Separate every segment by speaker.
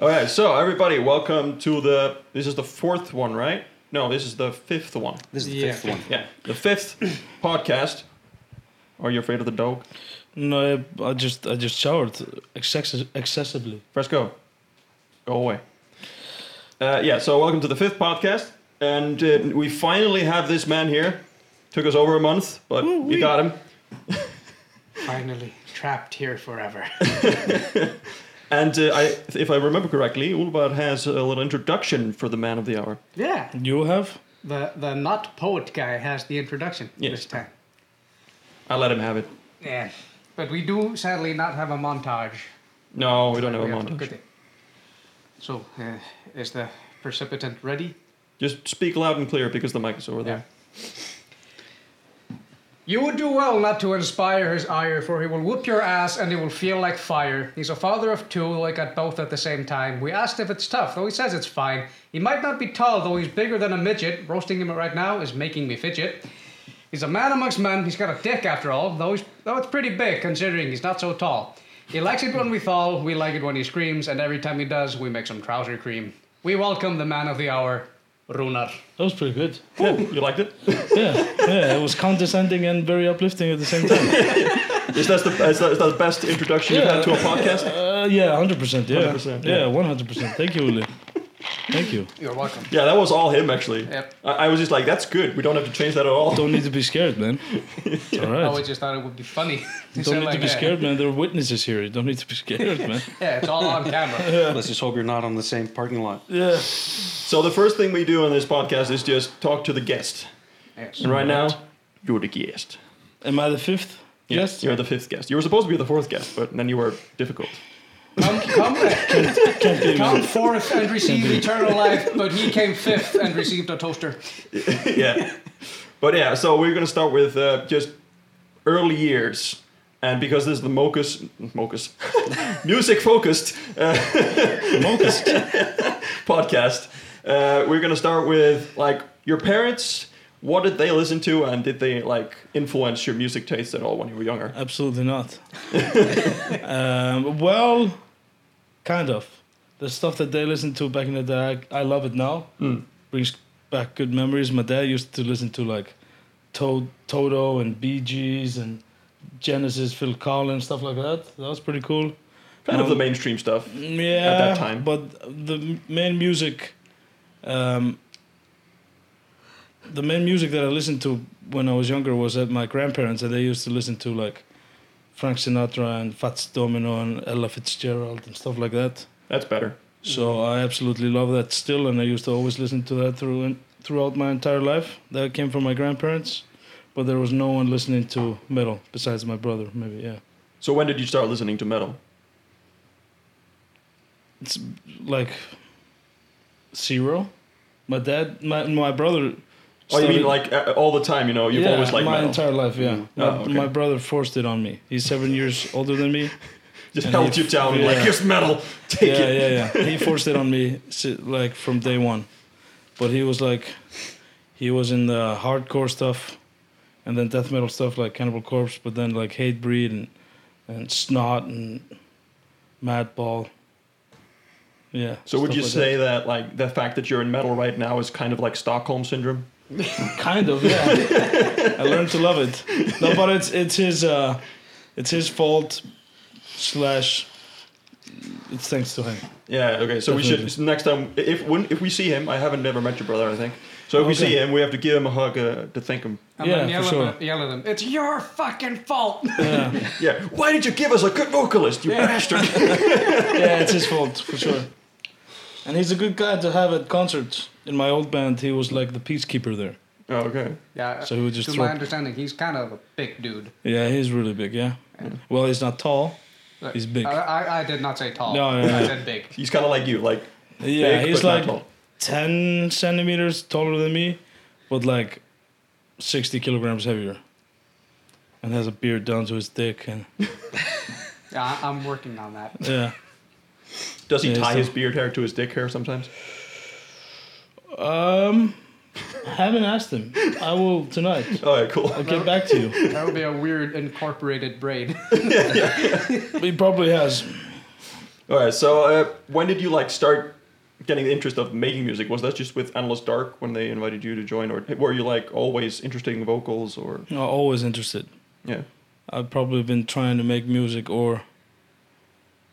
Speaker 1: All right, so everybody, welcome to the. This is the fourth one, right? No, this is the fifth one.
Speaker 2: This is the
Speaker 3: Yeah.
Speaker 2: fifth one.
Speaker 1: Yeah, the fifth podcast. Are you afraid of the dog?
Speaker 3: No, I- I just I just showered excessi- excessively.
Speaker 1: Fresco, go away. Uh, yeah, so welcome to the fifth podcast, and uh, we finally have this man here. Took us over a month, but we got him.
Speaker 4: Finally, trapped here forever.
Speaker 1: And uh, I, if I remember correctly, Ulvar has a little introduction for the man of the hour.
Speaker 4: yeah,
Speaker 3: You have?
Speaker 4: the the not poet guy has the introduction
Speaker 1: Yeah.
Speaker 4: this time.
Speaker 1: I let him have it.
Speaker 4: Yeah, but we do sadly not have a montage.
Speaker 1: No, we don't have a
Speaker 4: We have-
Speaker 1: montage.
Speaker 4: good. So, uh, is the precipitant ready?
Speaker 1: Just speak loud and clear because the mic is over there.
Speaker 4: You would do well not to inspire his ire, for he will whoop your ass and it will feel like fire. He's a father of two, like at both at the same time. We asked if it's tough, though he says it's fine. He might not be tall, though he's bigger than a midget. Roasting him right now is making me fidget. He's a man amongst men. He's got a dick after all, though, he's, though it's pretty big considering he's not so tall. He likes it when we fall, we like it when he screams, and every time he does, we make some trouser cream. We welcome the man of the hour, Runar.
Speaker 3: That was pretty good.
Speaker 1: Yeah, you liked it?
Speaker 3: Yeah, yeah. It was condescending and very uplifting at the same time.
Speaker 1: Is that the, is that, is that the best introduction you've had to a podcast?
Speaker 3: Uh, yeah, hundred percent. Yeah,
Speaker 1: 100%, yeah.
Speaker 3: yeah, one hundred percent. Thank you, Uli. Thank you.
Speaker 4: You're welcome.
Speaker 1: Yeah, that was all him actually.
Speaker 4: Yep.
Speaker 1: I, I was just like, that's good. We don't have to change that at all.
Speaker 3: Don't need to be scared, man. It's all
Speaker 4: I always
Speaker 3: right.
Speaker 4: just thought it would be funny. to
Speaker 3: Don't
Speaker 4: sound
Speaker 3: need to
Speaker 4: like
Speaker 3: be
Speaker 4: that.
Speaker 3: scared, man. There are witnesses here. You don't need to be scared, man.
Speaker 4: Yeah, it's all on camera.
Speaker 2: Let's just hope you're not on the same parking lot.
Speaker 3: Yeah.
Speaker 1: So the first thing we do on this podcast is just talk to the guest.
Speaker 4: Yes.
Speaker 1: And right now, you're the guest.
Speaker 3: Am I the fifth?
Speaker 1: Yes, you're the fifth guest. You were supposed to be the fourth guest, but then you were difficult.
Speaker 4: Come, come,
Speaker 3: Can't be.
Speaker 4: come forth and receive eternal life, but he came fifth and received a toaster.
Speaker 1: yeah. But yeah, so we're going to start with uh, just early years. And because this is the Mocus, Mocus, music focused uh,
Speaker 3: Focused.
Speaker 1: podcast, uh, we're going to start with like your parents. What did they listen to, and did they like influence your music taste at all when you were younger?
Speaker 3: Absolutely not. um, well, kind of. The stuff that they listened to back in the day, I I love it now. Brings back good memories. My dad used to listen to like to- Toto and Bee Gees and Genesis, Phil Collins, stuff like that. That was pretty cool.
Speaker 1: Kind of
Speaker 3: Um,
Speaker 1: the mainstream stuff.
Speaker 3: Yeah,
Speaker 1: that time.
Speaker 3: But the m- main music, um, the main music that I listened to when I was younger was at my grandparents, and they used to listen to like Frank Sinatra and Fats Domino and Ella Fitzgerald and stuff like that.
Speaker 1: That's better.
Speaker 3: So
Speaker 1: Mm-hmm.
Speaker 3: I absolutely love that still, and I used to always listen to that through throughout my entire life. That came from my grandparents, but there was no one listening to metal besides my brother. Maybe yeah.
Speaker 1: So when did you start listening to metal?
Speaker 3: it's like zero. My dad, my my brother.
Speaker 1: Oh, you mean
Speaker 3: started-
Speaker 1: like uh, all the time? You know, you've
Speaker 3: yeah,
Speaker 1: always liked
Speaker 3: my
Speaker 1: metal.
Speaker 3: entire life. Yeah, my,
Speaker 1: Oh, okay.
Speaker 3: my brother forced it on me. He's seven years older than me.
Speaker 1: Just
Speaker 3: and
Speaker 1: held
Speaker 3: he-
Speaker 1: you down, and like
Speaker 3: yeah.
Speaker 1: here's metal, take
Speaker 3: yeah,
Speaker 1: it.
Speaker 3: yeah, yeah. He forced it on me si- like from day one, but he was like, he was in the hardcore stuff, and then death metal stuff like Cannibal Corpse, but then like Hate Breed and and Snot and Madball. Yeah.
Speaker 1: So would
Speaker 3: stuff
Speaker 1: you
Speaker 3: like that.
Speaker 1: say that. like the fact that you're in metal right now is kind of like Stockholm syndrome?
Speaker 3: Kind of, yeah. I learned to love it. No, but it's it's his uh, it's his fault slash it's thanks to him.
Speaker 1: Yeah. Okay. So we should
Speaker 3: Definitely.
Speaker 1: next time if when if we see him, I haven't never met your brother. I think. So if we
Speaker 3: Okay.
Speaker 1: see him, we have to give him a hug uh, to thank him.
Speaker 4: And
Speaker 3: Yeah,
Speaker 4: then
Speaker 3: for
Speaker 4: yell,
Speaker 3: sure.
Speaker 4: at, yell at them. It's your fucking fault.
Speaker 3: Yeah.
Speaker 1: Yeah. Why did you give us a good vocalist, you bastard?
Speaker 3: yeah, it's his fault for sure. And he's a good guy to have at concerts. In my old band, he was like the peacekeeper there.
Speaker 1: oh, okay.
Speaker 4: Yeah.
Speaker 3: So he would just
Speaker 4: to
Speaker 3: throw-
Speaker 4: my understanding, he's kind of a big dude.
Speaker 3: Yeah, he's really big. Yeah. Well, he's not tall.
Speaker 4: Look,
Speaker 3: He's big.
Speaker 4: I, I, I did not say tall.
Speaker 3: No, no, no.
Speaker 4: I said big.
Speaker 1: He's kind of like you, like
Speaker 3: Yeah,
Speaker 1: big,
Speaker 3: he's
Speaker 1: but not
Speaker 3: like
Speaker 1: tall.
Speaker 3: ten centimeters taller than me, but like sixty kilograms heavier. And has a beard down to his dick and
Speaker 4: Yeah, I, I'm working on that.
Speaker 3: yeah.
Speaker 1: Does he
Speaker 3: Yeah, he's
Speaker 1: tie
Speaker 3: tall.
Speaker 1: his beard hair to his dick hair sometimes?
Speaker 3: Um, haven't asked him. I will tonight.
Speaker 1: Oh, yeah, cool.
Speaker 3: I'll get back to you.
Speaker 4: That would be a weird incorporated braid.
Speaker 3: He probably has.
Speaker 1: All right. So uh, when did you like start getting the interest of making music? Was that just with Analyst Dark when they invited you to join, or were you like always interested in vocals, or
Speaker 3: I'm always interested.
Speaker 1: yeah?
Speaker 3: I've probably been trying to make music or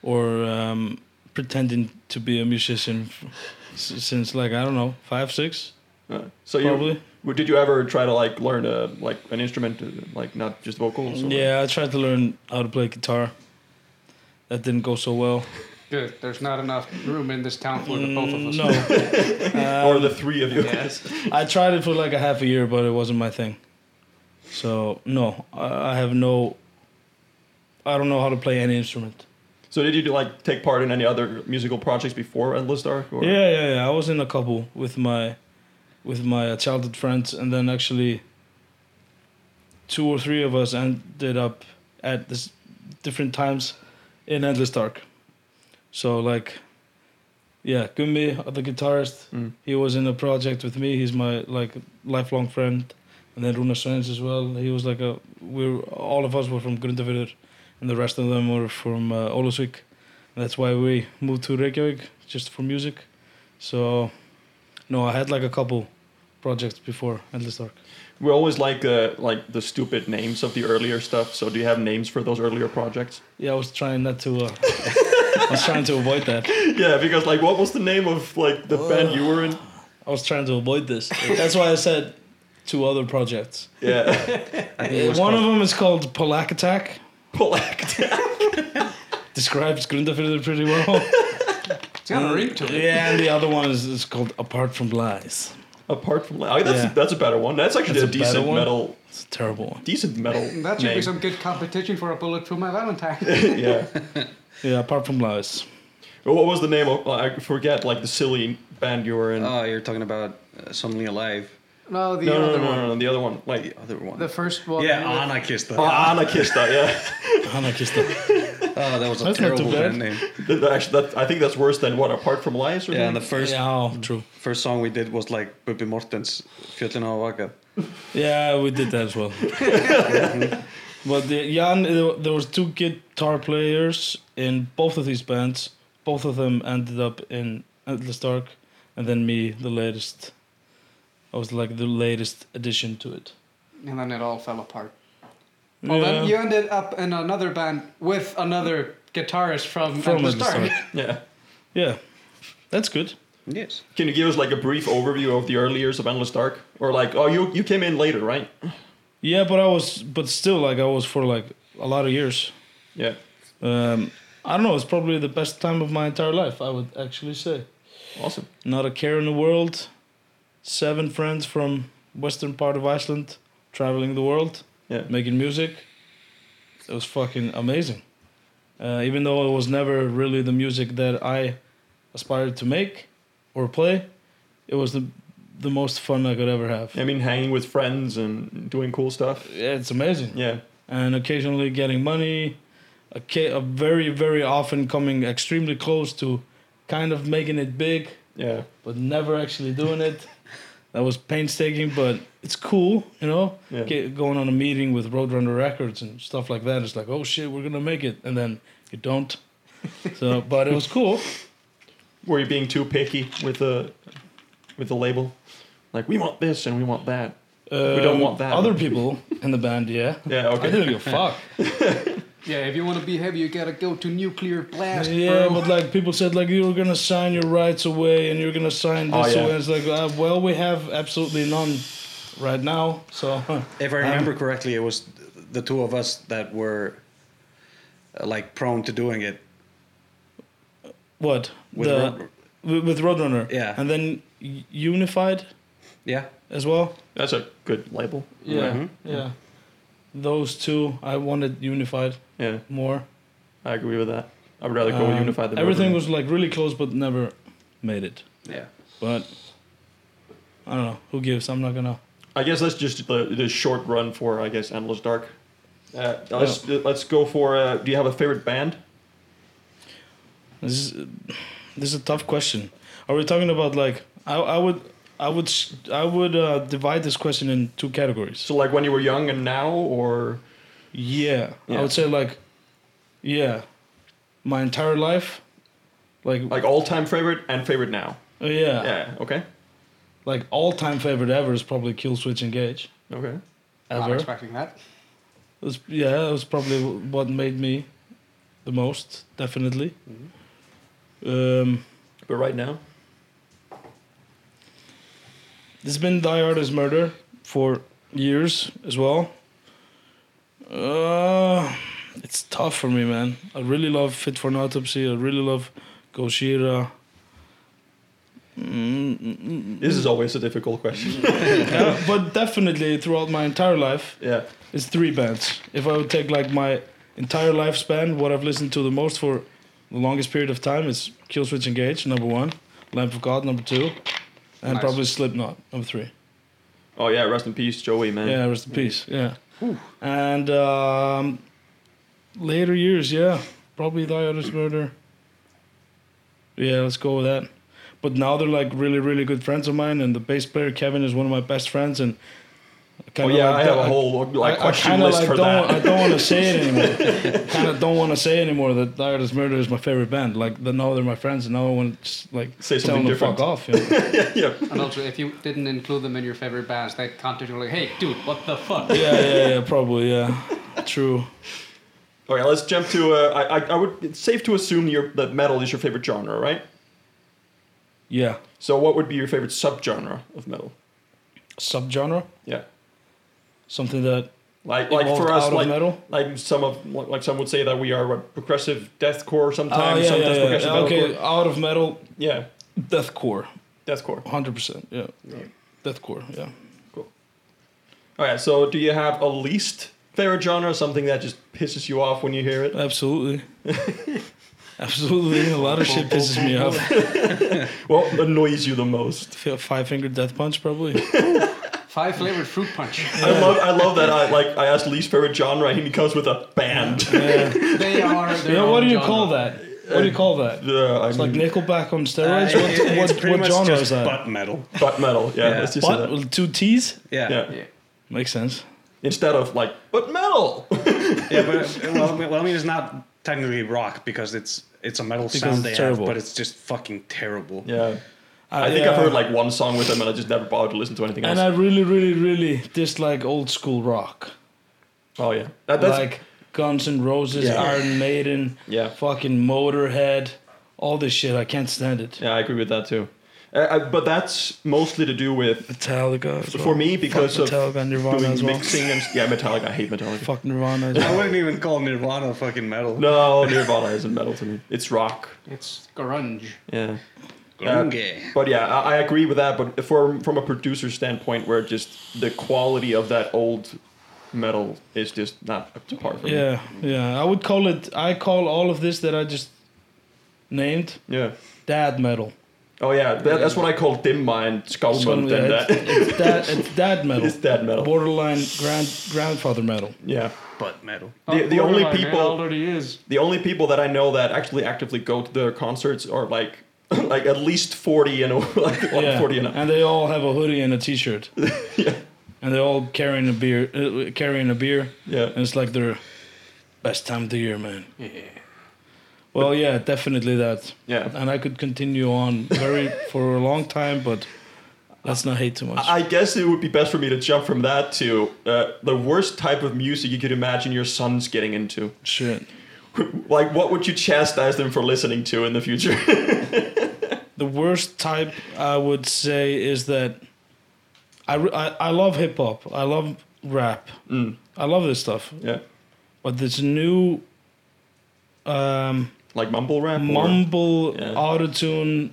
Speaker 3: or um, pretending to be a musician f- s- since like I don't know five six
Speaker 1: Uh, so you
Speaker 3: probably.
Speaker 1: w- did you ever try to like learn a like an instrument, uh, like not just vocals? or-
Speaker 3: Yeah, I tried to learn how to play guitar. That didn't go so well.
Speaker 4: Good. There's not enough room in this town for the both of us.
Speaker 3: Mm, No,
Speaker 1: or the three of you.
Speaker 4: Yes.
Speaker 3: I tried it for like a half a year, but it wasn't my thing. So no, I I have no. I don't know how to play any instrument.
Speaker 1: So did you do, like take part in any other musical projects before Endless Dark? Or?
Speaker 3: Yeah, yeah, yeah. I was in a couple with my with my uh, childhood friends, and then actually two or three of us ended up at this different times in Endless Dark. So like, yeah, Gumi, the guitarist,
Speaker 1: Mm.
Speaker 3: he was in a project with me. He's my like lifelong friend, and then Runa Svens as well. He was like a we were all of us were from Grundarfjörður, and the rest of them were from uh, Ólafsvík. That's why we moved to Reykjavik just for music. So, no, I had like a couple projects before Endless Dark.
Speaker 1: We always like uh, like the stupid names of the earlier stuff. So do you have names for those earlier projects?
Speaker 3: Yeah, I was trying not to. Uh, I was trying to avoid that.
Speaker 1: yeah, because like what was the name of like the band you were in?
Speaker 3: I was trying to avoid this. That's why I said two other projects. Uh,
Speaker 1: Yeah,
Speaker 2: I
Speaker 3: One of
Speaker 2: think it was called-
Speaker 3: them is called Polak Attack.
Speaker 1: Polacta.
Speaker 3: Describes Grundafjörður pretty well.
Speaker 4: It's got a
Speaker 3: Mm.
Speaker 4: ring to it.
Speaker 3: yeah, and the other one is, is called Apart from Lies.
Speaker 1: Apart from like, that's
Speaker 3: Yeah.
Speaker 1: that's a better one. That's actually
Speaker 3: That's
Speaker 1: a
Speaker 3: a better
Speaker 1: decent
Speaker 3: one.
Speaker 1: metal,
Speaker 3: It's a terrible one.
Speaker 1: decent metal.
Speaker 4: That should
Speaker 1: name.
Speaker 4: be some good competition for a bullet through my Valentine.
Speaker 1: yeah.
Speaker 3: Yeah, Apart from Lies.
Speaker 1: Well, What was the name of? I forget. Like the silly band you were in.
Speaker 2: Oh, you're talking about uh, Suddenly Alive,
Speaker 4: no, the
Speaker 1: no, no,
Speaker 4: other
Speaker 1: no, no,
Speaker 4: one.
Speaker 1: no, no, the other one. Like
Speaker 2: the other one.
Speaker 4: The first one.
Speaker 2: yeah,
Speaker 4: with-
Speaker 2: Anarchist.
Speaker 1: oh,
Speaker 2: Oh,
Speaker 1: Anarchista. Yeah.
Speaker 3: Anarchista.
Speaker 2: Oh, that was a
Speaker 3: That's not
Speaker 2: terrible
Speaker 3: too bad.
Speaker 2: band name.
Speaker 1: Th- th- Actually, that, I think that's worse than what. Apart from lies, or
Speaker 2: Yeah, and the
Speaker 1: something?
Speaker 2: first
Speaker 3: Yeah, oh, true.
Speaker 2: first song we did was like Bubby Mortens, Fjöllin á Vaka.
Speaker 3: Yeah, we did that as well. but the, Jan, there- there was two guitar players in both of these bands. Both of them ended up in Endless Dark, and then me, the latest. I was like the latest addition to it.
Speaker 4: And then it all fell apart. Well,
Speaker 3: yeah.
Speaker 4: Oh, then you ended up in another band with another guitarist from,
Speaker 3: From
Speaker 4: Endless
Speaker 3: Endless
Speaker 4: Dark.
Speaker 3: Dark.
Speaker 1: yeah.
Speaker 3: yeah, that's good.
Speaker 2: Yes.
Speaker 1: Can you give us like a brief overview of the early years of Endless Dark, or like, oh, you you came in later, right?
Speaker 3: Yeah, but I was, but still, like I was for like a lot of years.
Speaker 1: Yeah.
Speaker 3: Um, I don't know. It's probably the best time of my entire life. I would actually say.
Speaker 1: Awesome.
Speaker 3: not a care in the world. Seven friends from western part of Iceland traveling the world,
Speaker 1: Yeah.
Speaker 3: making music. It was fucking amazing. Uh, even though it was never really the music that I aspired to make or play, it was the the most fun I could ever have.
Speaker 1: I mean, hanging with friends and doing cool stuff.
Speaker 3: Yeah, It's amazing
Speaker 1: Yeah.
Speaker 3: and occasionally getting money. A, ca- a very very often coming extremely close to kind of making it big.
Speaker 1: Yeah.
Speaker 3: but never actually doing it. that was painstaking, but it's cool, you know.
Speaker 1: Yeah.
Speaker 3: Get, going on a meeting with Roadrunner Records and stuff like that. It's like, oh shit, we're gonna make it, and then you don't. so, but it was cool.
Speaker 1: Were you being too picky with the with the label? Like we want this and we want that.
Speaker 3: Uh,
Speaker 1: don't want that.
Speaker 3: Other people in the band, yeah.
Speaker 1: Yeah,
Speaker 3: I
Speaker 1: okay.
Speaker 3: didn't give a fuck.
Speaker 4: Yeah, if you want to be heavy, you gotta go to Nuclear Blast,
Speaker 3: yeah,
Speaker 4: bro.
Speaker 3: but like people said, like you were gonna sign your rights away, and you're gonna sign
Speaker 1: Oh,
Speaker 3: this
Speaker 1: yeah.
Speaker 3: away. It's like, uh, well, we have absolutely none right now. So,
Speaker 2: If
Speaker 3: Um,
Speaker 2: I remember correctly, it was the two of us that were uh, like prone to doing it.
Speaker 3: what
Speaker 2: With
Speaker 3: the
Speaker 2: Road-
Speaker 3: with with Roadrunner?
Speaker 2: Yeah.
Speaker 3: and then U- Unified.
Speaker 2: Yeah.
Speaker 3: as well.
Speaker 1: That's a good label.
Speaker 3: Yeah, Mm-hmm.
Speaker 2: Mhm.
Speaker 3: yeah. Those two, I wanted unified
Speaker 1: Yeah,
Speaker 3: more.
Speaker 1: I agree with that. I would rather go with
Speaker 3: Um,
Speaker 1: Unified than
Speaker 3: everything
Speaker 1: Roadrunner.
Speaker 3: was like really close, but never made it.
Speaker 2: Yeah.
Speaker 3: But I don't know who gives. I'm not gonna.
Speaker 1: I guess that's just the, the short run for I guess Endless Dark. Uh, let's let's go for. Uh, do you have a favorite band?
Speaker 3: This is this is a tough question. Are we talking about like I I would I would s- I would uh, divide this question in two categories.
Speaker 1: So like when you were young and now, or
Speaker 3: Yeah,
Speaker 1: Yeah.
Speaker 3: I would say like yeah, my entire life Like,
Speaker 1: Like all time favorite and favorite now.
Speaker 3: yeah.
Speaker 1: Yeah. Okay.
Speaker 3: Like all time favorite ever is probably Kill Switch Engage.
Speaker 1: Okay.
Speaker 4: Not
Speaker 1: Ah,
Speaker 3: Ever. It
Speaker 4: expecting that.
Speaker 3: was, yeah, it was probably what made me the most, definitely. Um,
Speaker 1: But right now,
Speaker 3: there's been Die Hard is Murder for years as well. Uh, it's tough for me, man. I really love Fit for an Autopsy. I really love Gojira. Mm, mm, mm,
Speaker 1: this is always a difficult question.
Speaker 3: yeah, but definitely throughout my entire life,
Speaker 1: yeah.
Speaker 3: it's three bands. If I would take like my entire lifespan, what I've listened to the most for the longest period of time is Killswitch Engage, number one, Lamp of God, number two, and
Speaker 4: Nice.
Speaker 3: probably Slipknot, number three.
Speaker 1: Oh yeah. Rest in peace, Joey. Man.
Speaker 3: Yeah, rest in peace. Yeah. And um, later years, yeah, probably Die Otis Murder. Yeah, let's go with that. But now they're like really, really good friends of mine, and the bass player Kevin is one of my best friends, and. I
Speaker 1: Oh
Speaker 3: kinda
Speaker 1: yeah. I
Speaker 3: like
Speaker 1: have
Speaker 3: that-
Speaker 1: a whole like
Speaker 3: I-
Speaker 1: question
Speaker 3: I kinda,
Speaker 1: list
Speaker 3: like,
Speaker 1: for
Speaker 3: don't, I
Speaker 1: that.
Speaker 3: don't want to say it anymore. kind of don't want to say anymore that Die Artist Murder is my favorite band. Like, the, now they're my friends, and now I want to just like
Speaker 1: Say
Speaker 3: tell
Speaker 1: something
Speaker 3: them to
Speaker 1: different.
Speaker 3: fuck off. You know?
Speaker 1: yeah.
Speaker 4: And also, if you didn't include them in your favorite bands, they'd contact you like, hey, dude, what the fuck?
Speaker 3: yeah, yeah, yeah, probably, yeah, true.
Speaker 1: Okay. Oh, Let's jump to. Uh, I, I. I would. It's safe to assume your that metal is your favorite genre, right?
Speaker 3: Yeah,
Speaker 1: So what would be your favorite subgenre of metal?
Speaker 3: subgenre,
Speaker 1: Yeah.
Speaker 3: something that
Speaker 1: Like, like
Speaker 3: evolved
Speaker 1: for us,
Speaker 3: out
Speaker 1: like,
Speaker 3: of metal.
Speaker 1: like some of like like some would say that we are what, progressive deathcore
Speaker 3: Oh,
Speaker 1: sometimes.
Speaker 3: yeah, yeah,
Speaker 1: sometimes
Speaker 3: yeah.
Speaker 1: progressive
Speaker 3: Okay,
Speaker 1: metalcore.
Speaker 3: out of metal,
Speaker 1: Yeah,
Speaker 3: deathcore,
Speaker 1: deathcore.
Speaker 3: 100%. Yeah, deathcore, yeah.
Speaker 1: All right. So do you have a least favorite genre? Something that just pisses you off when you hear it?
Speaker 3: Absolutely. Absolutely, a lot of shit pisses me off.
Speaker 1: What annoys you the most?
Speaker 3: Five finger death punch, probably.
Speaker 4: Five flavored fruit punch.
Speaker 1: I love I love that I like I asked least favorite genre and he comes with a band.
Speaker 3: Yeah.
Speaker 4: They are. their
Speaker 3: Yeah, what
Speaker 4: own
Speaker 3: do you
Speaker 4: genre.
Speaker 3: call
Speaker 1: Uh,
Speaker 3: that? What do you call that?
Speaker 1: Yeah, Uh, I
Speaker 3: It's like
Speaker 1: mean,
Speaker 3: Nickelback on
Speaker 2: Uh,
Speaker 3: steroids.
Speaker 2: it- it-
Speaker 3: what
Speaker 2: it's
Speaker 3: what,
Speaker 2: pretty
Speaker 3: what
Speaker 2: much
Speaker 3: genre
Speaker 2: just
Speaker 3: is that?
Speaker 2: butt metal.
Speaker 1: butt metal. Yeah,
Speaker 2: Yeah.
Speaker 1: let's just
Speaker 3: What?
Speaker 1: say that.
Speaker 3: Well, Two T's?
Speaker 2: Yeah.
Speaker 1: Yeah.
Speaker 4: Yeah.
Speaker 3: Makes sense.
Speaker 1: Instead of like but metal.
Speaker 2: yeah, but uh, well, I mean- well, I mean, it's not technically rock because it's it's a metal
Speaker 3: it's
Speaker 2: sound they
Speaker 3: terrible.
Speaker 2: have, but it's just fucking terrible.
Speaker 1: yeah.
Speaker 3: Uh,
Speaker 1: I think
Speaker 3: yeah.
Speaker 1: I've heard like one song with them and I just never bothered to listen to anything else.
Speaker 3: And I really, really, really dislike old school rock.
Speaker 1: oh yeah. That, that's
Speaker 3: like Guns N' Roses,
Speaker 1: Yeah.
Speaker 3: Iron Maiden,
Speaker 1: Yeah.
Speaker 3: fucking Motorhead, all this shit. I can't stand it.
Speaker 1: Yeah, I agree with that too. Uh, I, but that's mostly to do with
Speaker 3: Metallica. as
Speaker 1: for
Speaker 3: well.
Speaker 1: me because
Speaker 3: Fuck
Speaker 1: of
Speaker 3: Metallica and Nirvana
Speaker 1: doing
Speaker 3: as well.
Speaker 1: mixing and yeah, Metallica. I hate Metallica.
Speaker 3: Fuck Nirvana. As
Speaker 2: I
Speaker 3: well.
Speaker 2: wouldn't even call Nirvana fucking metal.
Speaker 1: No, Nirvana isn't metal to me. It's rock.
Speaker 4: It's grunge.
Speaker 1: Yeah. Uh,
Speaker 2: Grunge.
Speaker 1: But yeah, I, I agree with that. But from from a producer standpoint, where just the quality of that old metal is just not up to par for me.
Speaker 3: Yeah, yeah. I would call it. I call all of this that I just named
Speaker 1: Yeah.
Speaker 3: dad metal.
Speaker 1: Oh yeah, that, that's what I call dim mind, skull
Speaker 3: It's
Speaker 1: mind,
Speaker 3: gonna-
Speaker 1: and
Speaker 3: yeah,
Speaker 1: that
Speaker 3: it's, it's dad. It's dad metal.
Speaker 1: is dead metal.
Speaker 3: borderline grand grandfather metal.
Speaker 1: Yeah.
Speaker 2: Butt metal.
Speaker 1: The, the only
Speaker 4: Borderline, man,
Speaker 1: people
Speaker 4: already is.
Speaker 1: the only people that I know that actually actively go to their concerts are like like at least forty and o- like
Speaker 3: Yeah.
Speaker 1: 40 and up.
Speaker 3: And they all have a hoodie and a t-shirt. yeah. And they're all carrying a beer, uh, carrying a beer, and
Speaker 1: Yeah.
Speaker 3: it's like their best time of the year, man.
Speaker 4: Yeah.
Speaker 3: Well, yeah, definitely that.
Speaker 1: Yeah.
Speaker 3: And I could continue on very for a long time, but let's not hate too much.
Speaker 1: I I guess it would be best for me to jump from that to uh, the worst type of music you could imagine your sons getting into.
Speaker 3: Shit.
Speaker 1: Like, what would you chastise them for listening to in the future?
Speaker 3: The worst type I would say is that I re- I, I love hip hop. I love rap.
Speaker 1: Mm.
Speaker 3: I love this stuff.
Speaker 1: yeah.
Speaker 3: But this new um
Speaker 1: Like mumble rap? or-
Speaker 3: mumble
Speaker 1: Yeah.
Speaker 3: auto tune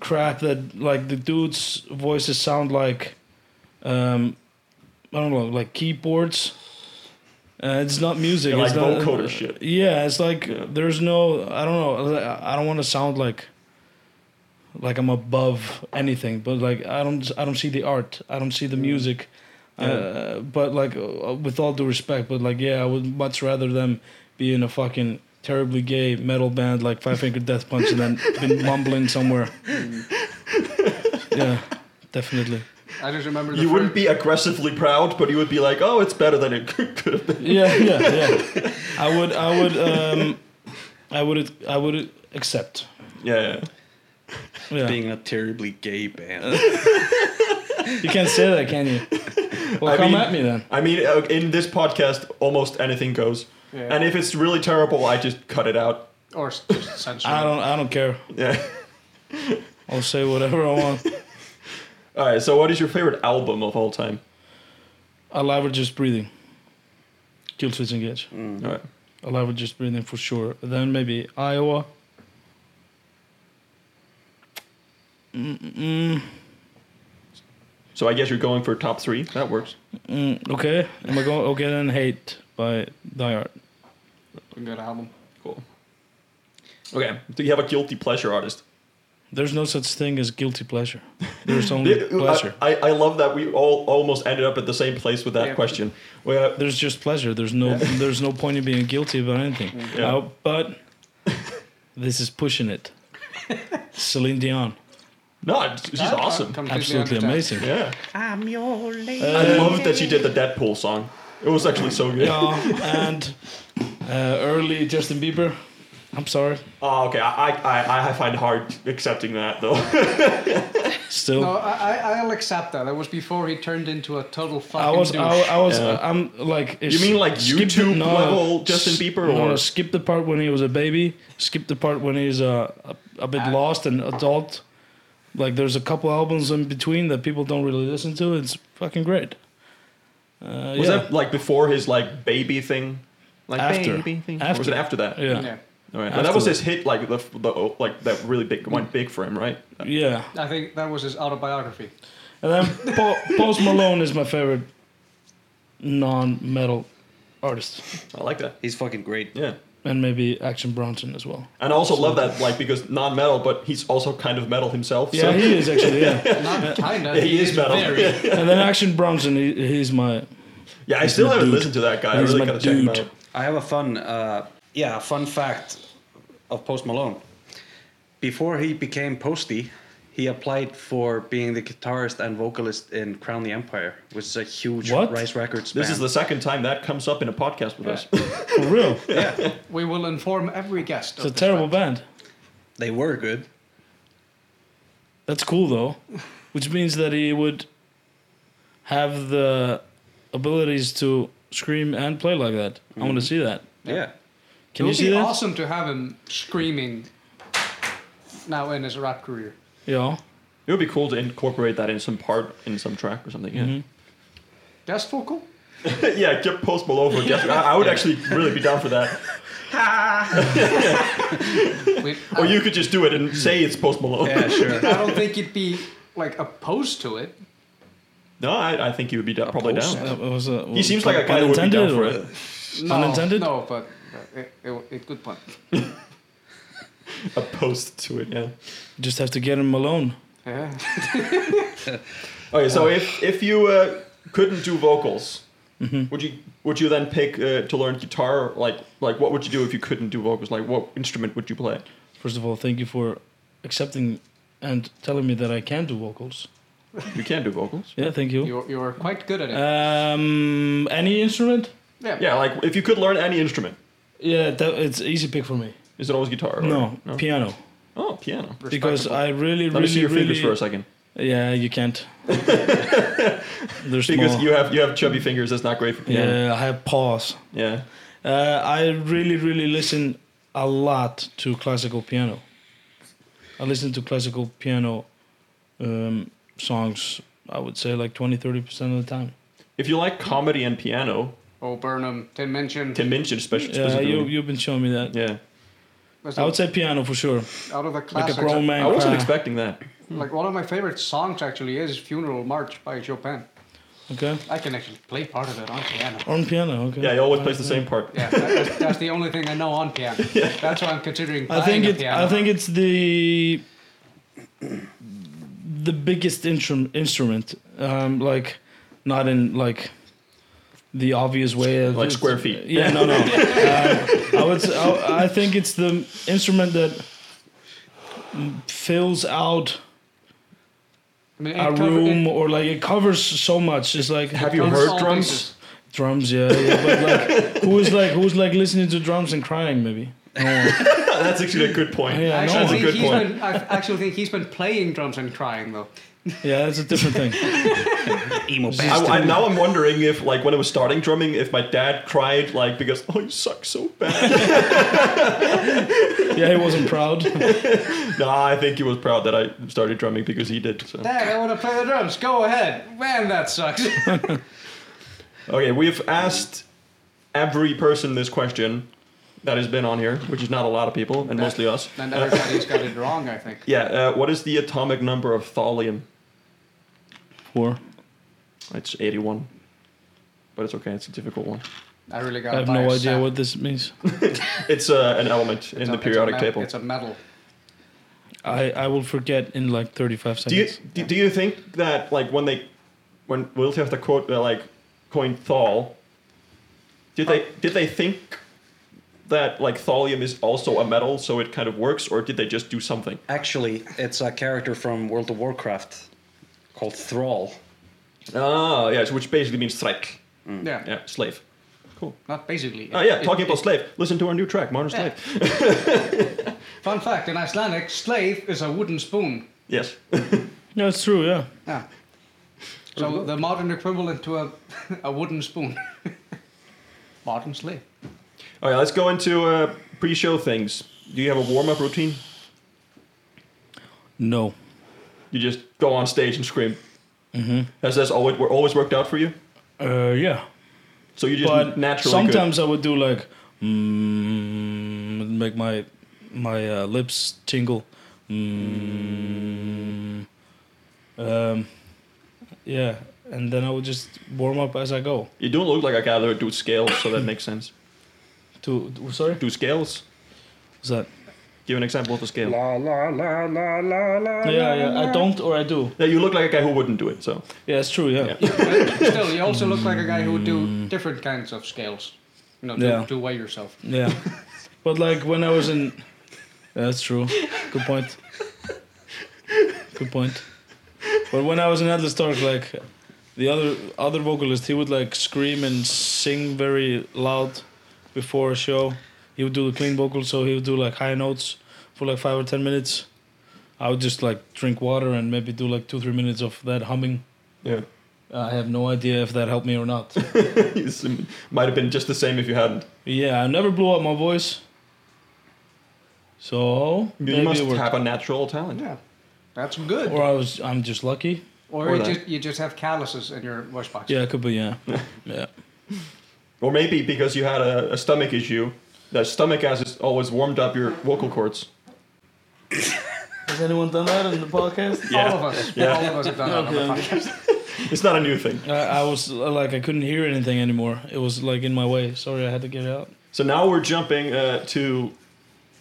Speaker 3: crap that like the dudes voices sound like um i don't know like keyboards uh, it's not music
Speaker 1: Yeah, like
Speaker 3: it's not,
Speaker 1: vocoder shit.
Speaker 3: yeah it's like
Speaker 1: Yeah.
Speaker 3: there's no i don't know i I don't want to sound like like i'm above anything but like i don't i don't see the art i don't see the music uh, but like uh, with all due respect but like yeah i would much rather them be in a fucking terribly gay metal band like Five Finger Death Punch and then been mumbling somewhere. yeah, definitely.
Speaker 4: I just remember the
Speaker 1: You
Speaker 4: first,
Speaker 1: wouldn't be aggressively proud, but you would be like, oh, it's better than it could have been.
Speaker 3: Yeah, yeah, yeah. I would, I would, um, I would, I would accept.
Speaker 1: Yeah, yeah.
Speaker 3: Yeah.
Speaker 2: being a terribly gay band.
Speaker 3: you can't say that, can you? Well,
Speaker 1: I
Speaker 3: come
Speaker 1: mean-
Speaker 3: at me then.
Speaker 1: I mean, uh, in this podcast, almost anything goes.
Speaker 4: Yeah.
Speaker 1: And if it's really terrible, I just cut it out.
Speaker 4: or s- just censor.
Speaker 3: I
Speaker 4: it.
Speaker 3: don't. I don't care.
Speaker 1: Yeah.
Speaker 3: I'll say whatever I want.
Speaker 1: All right. So, what is your favorite album of all time?
Speaker 3: Alive or just breathing. Kill switch engage.
Speaker 4: Mm.
Speaker 1: All right.
Speaker 3: Alive or just breathing for sure. Then maybe Iowa. Mm-mm.
Speaker 1: So I guess you're going for top three. That works.
Speaker 3: Mm, okay. Am I going? Okay, then hate by Die Hard.
Speaker 4: Good album.
Speaker 1: Cool. Okay. Do you have a guilty pleasure artist?
Speaker 3: There's no such thing as guilty pleasure. There's only
Speaker 1: Yeah,
Speaker 3: pleasure.
Speaker 1: Uh, I, I love that we all almost ended up at the same place with that
Speaker 4: Yeah.
Speaker 1: question. Well,
Speaker 3: There's just pleasure. There's no. There's no point in being guilty about anything.
Speaker 1: Yeah.
Speaker 3: Uh, but this is pushing it. Celine Dion,
Speaker 1: no, it's- she's
Speaker 4: I- I
Speaker 1: awesome.
Speaker 4: completely
Speaker 3: absolutely
Speaker 4: understand.
Speaker 3: amazing.
Speaker 1: Yeah.
Speaker 2: I'm your lady.
Speaker 1: I love that she did the Deadpool song. It was actually so good.
Speaker 3: Yeah, and uh, early Justin Bieber. I'm sorry.
Speaker 1: Oh, okay. I, I, I- I find hard accepting that though.
Speaker 3: Still,
Speaker 4: No, I, I, I'll accept that. That was before he turned into a total
Speaker 3: I
Speaker 4: fucking
Speaker 3: was,
Speaker 4: douche.
Speaker 3: I, I was,
Speaker 1: Yeah.
Speaker 3: I'm like.
Speaker 1: You mean like
Speaker 3: skip the-
Speaker 1: YouTube level
Speaker 3: s-
Speaker 1: Justin Bieber
Speaker 3: No,
Speaker 1: or-
Speaker 3: skip the part when he was a baby. Skip the part when he's uh, a a, a bit
Speaker 4: Ah.
Speaker 3: lost and adult. Like there's a couple albums in between that people don't really listen to. It's fucking great. Uh,
Speaker 1: Was
Speaker 3: yeah.
Speaker 1: that like before his like baby thing? Like
Speaker 3: After.
Speaker 1: Or was it
Speaker 3: After.
Speaker 1: after that?
Speaker 3: yeah, yeah,
Speaker 4: yeah.
Speaker 1: All right. And that was
Speaker 3: After.
Speaker 1: his hit, like the, the like that really big went big for him, right?
Speaker 4: I think that was his autobiography.
Speaker 3: And then po- Post Malone is my favorite non-metal artist,
Speaker 1: I like that.
Speaker 2: He's fucking great.
Speaker 1: Yeah.
Speaker 3: and maybe Action Bronson as well.
Speaker 1: And I also love that, like, because non-metal, but he's also kind of metal himself.
Speaker 3: Yeah,
Speaker 1: so.
Speaker 3: he is actually. Yeah,
Speaker 4: Not kinda.
Speaker 1: He is metal.
Speaker 4: Very.
Speaker 3: and then Action Bronson, he, he's my
Speaker 1: yeah. I still
Speaker 3: my
Speaker 1: haven't
Speaker 3: dude.
Speaker 1: listened to that guy.
Speaker 3: He's
Speaker 1: I really
Speaker 3: my
Speaker 1: gotta check him
Speaker 3: dude.
Speaker 1: out.
Speaker 2: I have a fun, uh, yeah, a fun fact of Post Malone. Before he became Posty, he applied for being the guitarist and vocalist in Crown the Empire, which is a huge
Speaker 3: What?
Speaker 2: Rice Records band.
Speaker 1: This is the second time that comes up in a podcast with us.
Speaker 3: for real.
Speaker 2: yeah.
Speaker 4: We will inform every guest.
Speaker 3: It's a
Speaker 4: of this
Speaker 3: terrible
Speaker 4: fact.
Speaker 3: band.
Speaker 2: They were good.
Speaker 3: That's cool though, which means that he would have the abilities to scream and play like that. I
Speaker 1: Mm-hmm.
Speaker 3: want to see that.
Speaker 2: Yeah.
Speaker 4: it
Speaker 3: Can you
Speaker 4: would
Speaker 3: see
Speaker 4: be
Speaker 3: that?
Speaker 4: awesome to have him screaming now in his rap career.
Speaker 3: Yeah.
Speaker 1: it would be cool to incorporate that in some part in some track or something.
Speaker 3: Mm-hmm.
Speaker 1: Yeah.
Speaker 4: Guest vocal?
Speaker 1: yeah. Get Post Malone for guest. I, I would actually really be down for that.
Speaker 4: We-
Speaker 3: Oh,
Speaker 1: Or you could just do it and say it's Post Malone.
Speaker 2: Yeah, sure.
Speaker 4: I don't think he'd be like opposed to it.
Speaker 1: No, I, I think he would be da- probably down.
Speaker 3: That was a,
Speaker 1: He seems like a guy that would be down for it.
Speaker 4: No,
Speaker 3: Unintended?
Speaker 4: No, but but it, it, it good point.
Speaker 1: Opposed to it, yeah.
Speaker 3: Just have to get him alone.
Speaker 4: Yeah.
Speaker 1: Okay,
Speaker 3: Oh.
Speaker 1: so if if you uh, couldn't do vocals,
Speaker 3: Mm-hmm.
Speaker 1: would you would you then pick uh, to learn guitar? Like like what would you do if you couldn't do vocals? Like what instrument would you play?
Speaker 3: First of all, thank you for accepting and telling me that I can do vocals.
Speaker 1: You can do vocals.
Speaker 3: Yeah, thank you.
Speaker 4: You're, you're quite good at
Speaker 3: Uh,
Speaker 4: it.
Speaker 3: Um, any instrument?
Speaker 4: yeah.
Speaker 1: Yeah, like if you could learn any instrument,
Speaker 3: Yeah, that, it's easy pick for me.
Speaker 1: is it always guitar? or-
Speaker 3: No, piano.
Speaker 1: Oh, piano.
Speaker 3: Because I really,
Speaker 1: Let
Speaker 3: really,
Speaker 1: me see your
Speaker 3: really,
Speaker 1: fingers for a second.
Speaker 3: Yeah, you can't. They're small.
Speaker 1: Because you have you have chubby fingers. That's not great for piano.
Speaker 3: yeah, I have paws.
Speaker 1: Yeah.
Speaker 3: Uh, I really, really listen a lot to classical piano. I listen to classical piano um, songs, I would say like 20 30% of the time.
Speaker 1: If you like comedy and piano,
Speaker 4: Oh, Burnham, Tim Minchin.
Speaker 1: Tim Minchin speci-
Speaker 3: Yeah,
Speaker 1: specifically.
Speaker 3: you, you've been showing me that.
Speaker 1: yeah.
Speaker 4: Was
Speaker 3: I would say piano for sure.
Speaker 4: out of the
Speaker 3: Like a
Speaker 4: classics.
Speaker 3: grown man.
Speaker 1: I wasn't
Speaker 3: cry.
Speaker 1: expecting that.
Speaker 4: Like one of my favorite songs actually is "Funeral March" by Chopin.
Speaker 3: Okay.
Speaker 4: I can actually play part of it on piano.
Speaker 3: On piano, okay.
Speaker 1: Yeah, he always plays the same part.
Speaker 4: Yeah, that's, that's the only thing I know on piano. That's why I'm considering
Speaker 3: I
Speaker 4: buying
Speaker 3: think
Speaker 4: a
Speaker 3: it.
Speaker 4: piano.
Speaker 3: I think it's the the biggest instrum, instrument. Um, like, not in like the obvious way of
Speaker 1: Like square feet.
Speaker 3: Yeah, no, no. um, I would. s- I, I think it's the instrument that fills out
Speaker 4: I mean, it
Speaker 3: a
Speaker 4: cover-
Speaker 3: room
Speaker 4: it-
Speaker 3: or like it covers so much. It's like
Speaker 1: Have you
Speaker 4: covers
Speaker 1: heard
Speaker 4: all
Speaker 1: drums?
Speaker 4: bases.
Speaker 3: drums, yeah, yeah. But like, who's like who's like listening to drums and crying? Maybe. No one.
Speaker 1: that's actually a good point.
Speaker 3: Yeah,
Speaker 4: I
Speaker 3: no
Speaker 4: actually,
Speaker 1: that's
Speaker 3: one-
Speaker 1: a
Speaker 4: think
Speaker 1: good
Speaker 4: he's
Speaker 1: point.
Speaker 4: been, I actually think he's been playing drums and crying though.
Speaker 3: Yeah, that's a different thing.
Speaker 2: Emo
Speaker 1: I,
Speaker 2: bastard.
Speaker 1: I- now I'm wondering if, like, when I was starting drumming, if my dad cried, like, because oh, you suck so bad.
Speaker 3: Yeah, he wasn't proud.
Speaker 1: nah, I think he was proud that I started drumming because he did. So.
Speaker 4: Dad, I want to play the drums. Go ahead. Man, that sucks.
Speaker 1: Okay, we've asked every person this question that has been on here, which is not a lot of people, and mostly us.
Speaker 4: and everybody's got it wrong, I think.
Speaker 1: Yeah, uh, what is the atomic number of thallium?
Speaker 3: Four.
Speaker 1: It's 81. But it's okay, it's a difficult one.
Speaker 4: I really got.
Speaker 3: I have no idea what this means.
Speaker 1: It's uh, an element in the periodic
Speaker 4: it's a,
Speaker 1: table.
Speaker 4: It's a metal.
Speaker 3: I, I will forget in like 35 seconds.
Speaker 1: Do you do, do you think that like when they when Will have to quote uh, like coined thal, did they did they think that like thallium is also a metal, so it kind of works, or did they just do something?
Speaker 2: Actually, it's a character from World of Warcraft called Thrall.
Speaker 1: Ah, yeah, so which basically means strike.
Speaker 4: Yeah.
Speaker 1: Yeah, slave. Cool.
Speaker 4: Not basically.
Speaker 1: Oh
Speaker 4: It-
Speaker 1: yeah,
Speaker 4: it-
Speaker 1: talking about
Speaker 4: it-
Speaker 1: slave. Listen to our new track, Modern
Speaker 4: Yeah.
Speaker 1: Slave.
Speaker 4: Fun fact: in Icelandic, slave is a wooden spoon.
Speaker 1: Yes.
Speaker 3: Yeah, it's true, yeah.
Speaker 4: Yeah. So the modern equivalent to a, a wooden spoon. modern slave.
Speaker 1: All right, let's go into uh, pre-show things. Do you have a warm-up routine?
Speaker 3: No.
Speaker 1: You just go on stage and scream. Mm-hmm. Has that always always worked out for you?
Speaker 3: Uh, yeah.
Speaker 1: So you just
Speaker 3: but
Speaker 1: naturally good.
Speaker 3: sometimes I would do like, mm, and make my my uh, lips tingle. Mm, um, yeah, and then I would just warm up as I go.
Speaker 1: You don't look like a guy that would do scales, so that makes sense.
Speaker 3: To to- sorry,
Speaker 1: Do scales?
Speaker 3: what's that?
Speaker 1: Give an example of a scale.
Speaker 2: La la la la la la.
Speaker 3: Yeah, yeah. I don't or I do.
Speaker 1: Yeah, you look like a guy who wouldn't do it. So
Speaker 3: Yeah, it's true. Yeah.
Speaker 1: Yeah.
Speaker 4: But still, you also look like a guy who would do different kinds of scales. You know, to,
Speaker 3: Yeah.
Speaker 4: to weigh yourself.
Speaker 3: Yeah. but like when I was in. Yeah, that's true. Good point. Good point. But when I was in Atlas Dark, like the other other vocalist, he would like scream and sing very loud before a show. He would do the clean vocal, so he would do like high notes for like five or ten minutes. I would just like drink water and maybe do like two three minutes of that humming.
Speaker 1: yeah,
Speaker 3: I have no idea if that helped me or not.
Speaker 1: It's- it might have been just the same if you hadn't.
Speaker 3: Yeah, I never blew up my voice. So
Speaker 1: You
Speaker 3: maybe
Speaker 1: must
Speaker 3: it worked.
Speaker 1: have a natural talent.
Speaker 4: Yeah. That's good.
Speaker 3: Or I was I'm just lucky.
Speaker 4: Or,
Speaker 1: Or
Speaker 4: you,
Speaker 1: that.
Speaker 4: just, you just have calluses in your wash box.
Speaker 3: Yeah, it could be, yeah. yeah.
Speaker 1: Or maybe because you had a, a stomach issue, that stomach acid always warmed up your vocal cords.
Speaker 3: Has anyone done that in the podcast?
Speaker 4: All
Speaker 1: Yeah.
Speaker 4: of us.
Speaker 1: Yeah.
Speaker 4: All of us have done that on the
Speaker 3: Okay.
Speaker 4: podcast.
Speaker 1: It's not a new thing.
Speaker 3: I, I was uh, like I couldn't hear anything anymore. It was like in my way. Sorry, I had to get it out.
Speaker 1: So now we're jumping uh, to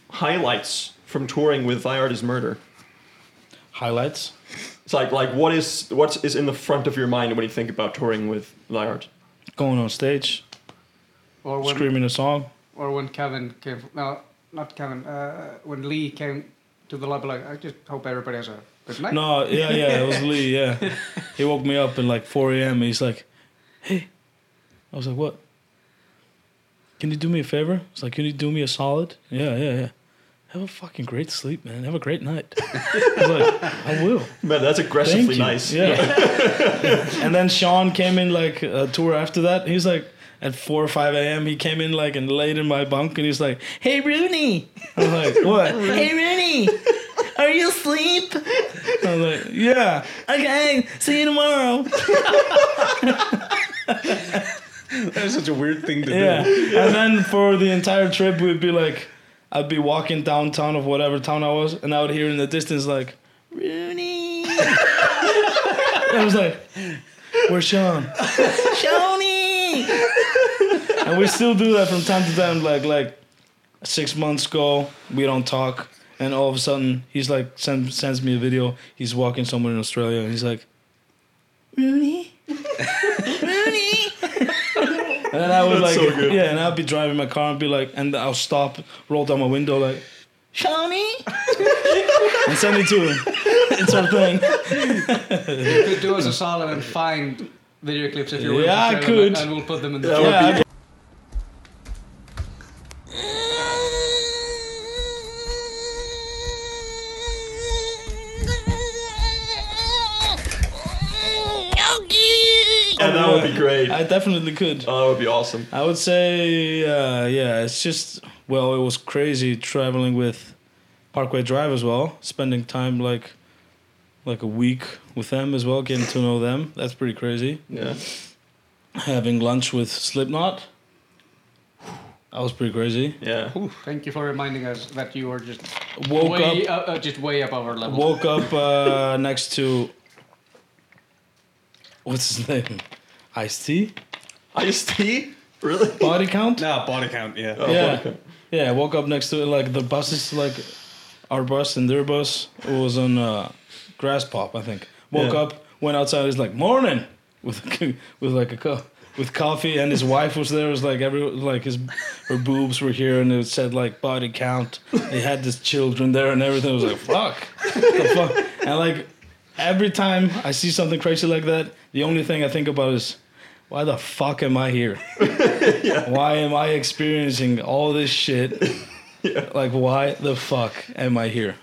Speaker 1: highlights from touring with Thy Art Is Murder.
Speaker 3: Highlights.
Speaker 1: It's like like what is what is in the front of your mind when you think about touring with Thy Art?
Speaker 3: Going on stage,
Speaker 4: Or when,
Speaker 3: screaming a song.
Speaker 4: or when Kevin came, no, not Kevin, uh, when Lee came to the lab, like, I just hope everybody has a good night.
Speaker 3: No, yeah, yeah, it was Lee, yeah. He woke me up at like 4 a.m. and he's like, hey. I was like, what? Can you do me a favor? It's like, can you do me a solid? Yeah, yeah, yeah. Have a fucking great sleep, man. Have a great night. I was like, I will.
Speaker 1: Man, that's
Speaker 3: Thank
Speaker 1: aggressively
Speaker 3: you.
Speaker 1: nice.
Speaker 3: Yeah. and then Sean came in like a tour after that. He's like, at 4 or 5 a.m., he came in like and laid in my bunk and he's like, hey, Rooney. I was like, what? hey, Rooney. Are you asleep? I was like, yeah. Okay, see you tomorrow.
Speaker 2: That's such a weird thing to
Speaker 3: Yeah.
Speaker 2: do.
Speaker 3: And then for the entire trip, we'd be like, I'd be walking downtown of whatever town I was, and I would hear in the distance, like, Rooney. I was like, where's Sean? Shawnee. and we still do that from time to time, like, like six months ago, we don't talk. And all of a sudden, he's like, send, sends me a video. He's walking somewhere in Australia, and he's like, Rooney? Rooney? and I
Speaker 1: That's
Speaker 3: would like,
Speaker 1: so good.
Speaker 3: yeah, and I'd be driving my car and be like, and I'll stop, roll down my window, like, Shawnee? and send it to him. It's our thing.
Speaker 4: You could do us a solid and find video clips if you're willing
Speaker 3: Yeah,
Speaker 4: to share
Speaker 3: I
Speaker 4: them,
Speaker 3: could.
Speaker 4: And we'll put them in the
Speaker 1: That would
Speaker 3: Yeah,
Speaker 1: be-
Speaker 3: I-
Speaker 1: would be great.
Speaker 3: I definitely could.
Speaker 1: Oh, that would be awesome.
Speaker 3: I would say, uh, yeah, it's just, well, it was crazy traveling with Parkway Drive as well, spending time like like a week with them as well, getting to know them. That's pretty crazy.
Speaker 1: Yeah.
Speaker 3: Having lunch with Slipknot. That was pretty crazy.
Speaker 1: Yeah.
Speaker 4: Thank you for reminding us that you are just
Speaker 3: Woke
Speaker 4: way,
Speaker 3: up
Speaker 4: uh, uh, just way above our level.
Speaker 3: woke up uh, next to what's his name? Ice T?
Speaker 1: Iced tea? Really?
Speaker 3: Body count?
Speaker 2: No, body count, yeah.
Speaker 1: Oh,
Speaker 3: yeah.
Speaker 1: fuck.
Speaker 3: Yeah, I woke up next to it. Like the buses, like our bus and their bus was on uh, grass pop, I think. Woke
Speaker 1: Yeah.
Speaker 3: up, went outside. It's like morning with with like a cup with coffee, and his wife was there. It was like every like his her boobs were here, and it said like body count. They had his children there and everything. I was like fuck, What the fuck, and like. Every time I see something crazy like that, the only thing I think about is, why the fuck am I here? why am I experiencing all this shit? Like, why the fuck am I here?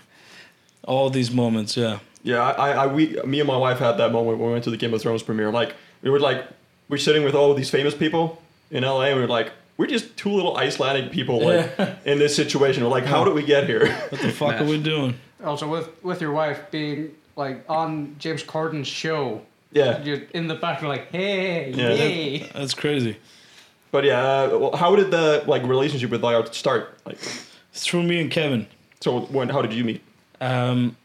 Speaker 3: All these moments, yeah.
Speaker 1: Yeah, I, I, we, me and my wife had that moment when we went to the Game of Thrones premiere. Like, we were like, we're sitting with all these famous people in LA, and we were like, we're just two little Icelandic people, like,
Speaker 3: Yeah.
Speaker 1: in this situation. We're like, how did we get here?
Speaker 3: What the fuck are we doing?
Speaker 4: Also, with with your wife being like on James Corden's show,
Speaker 1: yeah.
Speaker 4: you're in the background like, hey,
Speaker 1: Yeah.
Speaker 4: yay.
Speaker 3: That's crazy.
Speaker 1: But yeah, uh, well, how did the like relationship with Lyra start? Like,
Speaker 3: It's through me and Kevin.
Speaker 1: so when? How did you meet?
Speaker 3: Um,